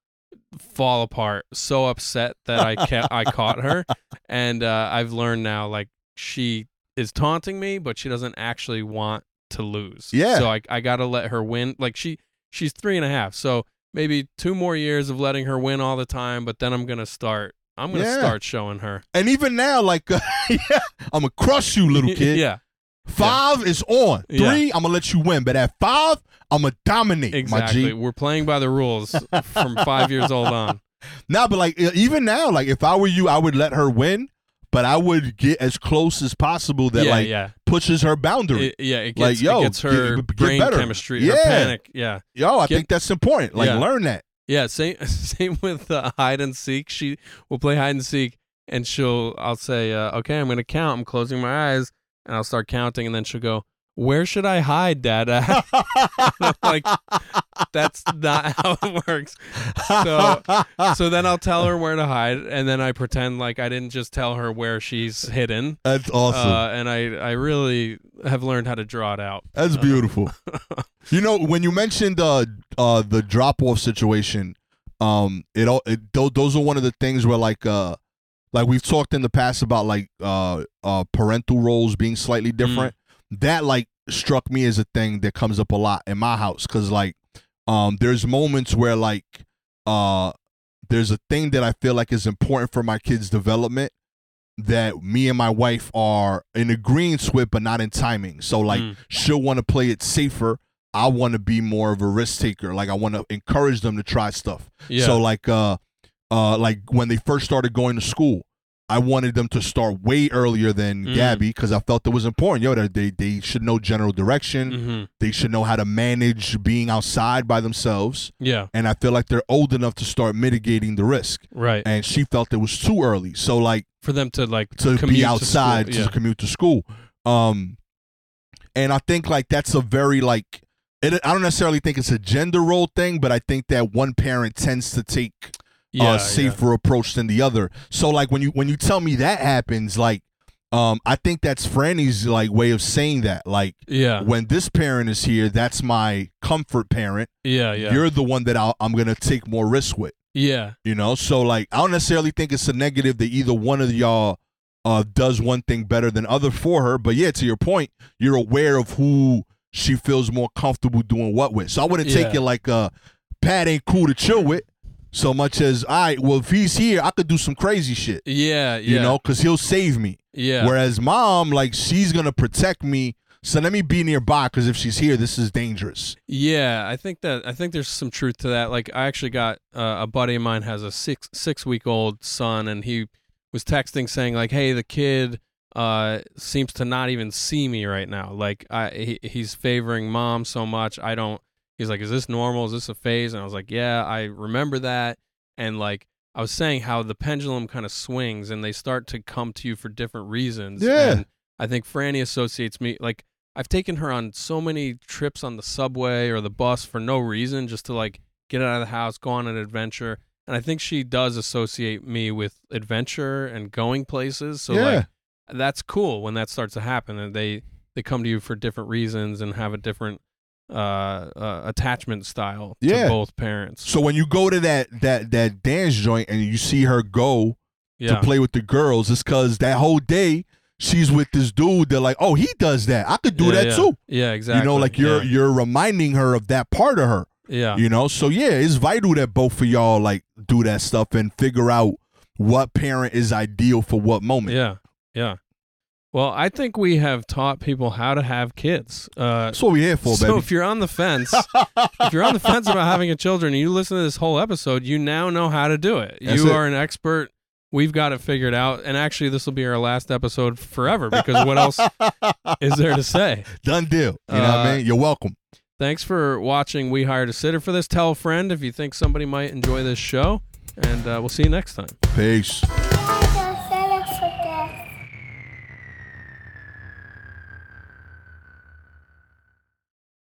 S3: fall apart, so upset that I ca- I caught her, and uh, I've learned now like she is taunting me, but she doesn't actually want to lose.
S4: Yeah.
S3: So I I gotta let her win. Like she she's three and a half, so maybe two more years of letting her win all the time, but then I'm gonna start. I'm gonna
S4: Yeah.
S3: start showing her.
S4: And even now, like, yeah, I'm going to crush you, little kid.
S3: yeah,
S4: Five is on. Three,
S3: Yeah.
S4: I'm going to let you win. But at five, I'm going to dominate, my
S3: exactly.
S4: G.
S3: We're playing by the rules from five years old on.
S4: Now, but like, e- even now, like, if I were you, I would let her win, but I would get as close as possible that,
S3: yeah,
S4: like,
S3: yeah,
S4: pushes her boundary.
S3: It- yeah. It gets,
S4: Like, yo,
S3: it gets her
S4: get- get
S3: brain
S4: better.
S3: chemistry, her
S4: Yeah.
S3: panic. Yeah,
S4: Yo, I
S3: Get-
S4: think that's important. Like,
S3: Yeah.
S4: learn that.
S3: yeah. Same, same with uh, hide and seek. She will play hide and seek, and she'll. I'll say, uh, okay, I'm gonna count. I'm closing my eyes, and I'll start counting, and then she'll go. Where should I hide, Dad? at?" I'm like, that's not how it works. So so then I'll tell her where to hide, and then I pretend like I didn't just tell her where she's hidden.
S4: that's awesome.
S3: Uh, and I, I really have learned how to draw it out.
S4: That's beautiful. you know, when you mentioned uh, uh, the drop off situation, um, it all it, tho- those are one of the things where like uh, like we've talked in the past about like uh, uh, parental roles being slightly different. That like struck me as a thing that comes up a lot in my house because like um, there's moments where like uh, there's a thing that I feel like is important for my kids' development that me and my wife are in agreement with, but not in timing. So like
S3: Mm.
S4: she'll want to play it safer. I want to be more of a risk taker. Like I want to encourage them to try stuff.
S3: Yeah.
S4: So like uh uh like when they first started going to school, I wanted them to start way earlier than
S3: Mm.
S4: Gabby because I felt it was important. Yo, that they they should know general direction.
S3: Mhm.
S4: They should know how to manage being outside by themselves.
S3: Yeah.
S4: And I feel like they're old enough to start mitigating the risk.
S3: Right.
S4: And she felt it was too early. So like
S3: For them to like
S4: to
S3: commute
S4: be
S3: to
S4: outside to,
S3: school.
S4: commute to school. Um, and I think like that's a very like it, I don't necessarily think it's a gender role thing, but I think that one parent tends to take
S3: yeah. yeah,
S4: a safer approach than the other. So like when you when you tell me that happens, like um, I think that's Franny's like way of saying that. Like
S3: Yeah. Yeah.
S4: when this parent is here, that's my comfort parent.
S3: Yeah. Yeah.
S4: You're the one that I'll, I'm gonna take more risk with.
S3: yeah.
S4: You know, so like I don't necessarily think it's a negative that either one of y'all uh does one thing better than other for her, but yeah, to your point, you're aware of who she feels more comfortable doing what with. So I wouldn't take
S3: Yeah.
S4: it like uh Pat ain't cool to chill with so much as all right, well if he's here, I could do some crazy shit.
S3: Yeah. Yeah.
S4: You know, cause he'll save me.
S3: Yeah.
S4: Whereas mom, like she's gonna protect me. So let me be nearby because if she's here, this is dangerous.
S3: Yeah, I think that I think there's some truth to that. Like I actually got uh, a buddy of mine has a six six week old son, and he was texting saying like, "Hey, the kid uh, seems to not even see me right now. Like I he, he's favoring mom so much. I don't." He's like, "Is this normal? Is this a phase?" And I was like, "Yeah, I remember that." And like I was saying, how the pendulum kind of swings, and they start to come to you for different reasons.
S4: Yeah.
S3: And I think Franny associates me like I've taken her on so many trips on the subway or the bus for no reason, just to like get out of the house, go on an adventure. And I think she does associate me with adventure and going places. So
S4: yeah.
S3: like that's cool when that starts to happen and they they come to you for different reasons and have a different uh, uh attachment style
S4: Yeah.
S3: to both parents.
S4: so when you go to that that that dance joint and you see her go
S3: yeah.
S4: to play with the girls, it's cause that whole day she's with this dude. They're like, oh, he does that. I could do
S3: Yeah,
S4: that
S3: yeah.
S4: too.
S3: Yeah, exactly.
S4: You know, like you're
S3: yeah.
S4: you're reminding her of that part of her.
S3: yeah.
S4: You know, so yeah, it's vital that both of y'all like do that stuff and figure out what parent is ideal for what moment.
S3: Yeah, yeah. Well, I think we have taught people how to have kids. Uh,
S4: That's what we're here for,
S3: so
S4: baby.
S3: if you're on the fence, if you're on the fence about having a children, and you listen to this whole episode, you now know how to do it.
S4: That's
S3: you
S4: it.
S3: are an expert. We've got it figured out. And actually, this will be our last episode forever because what else is there to say?
S4: Done deal. You know what I
S3: Uh,
S4: mean? You're welcome.
S3: Thanks for watching. We hired a sitter for this. Tell a friend if you think somebody might enjoy this show, and uh, we'll see you next time.
S4: Peace.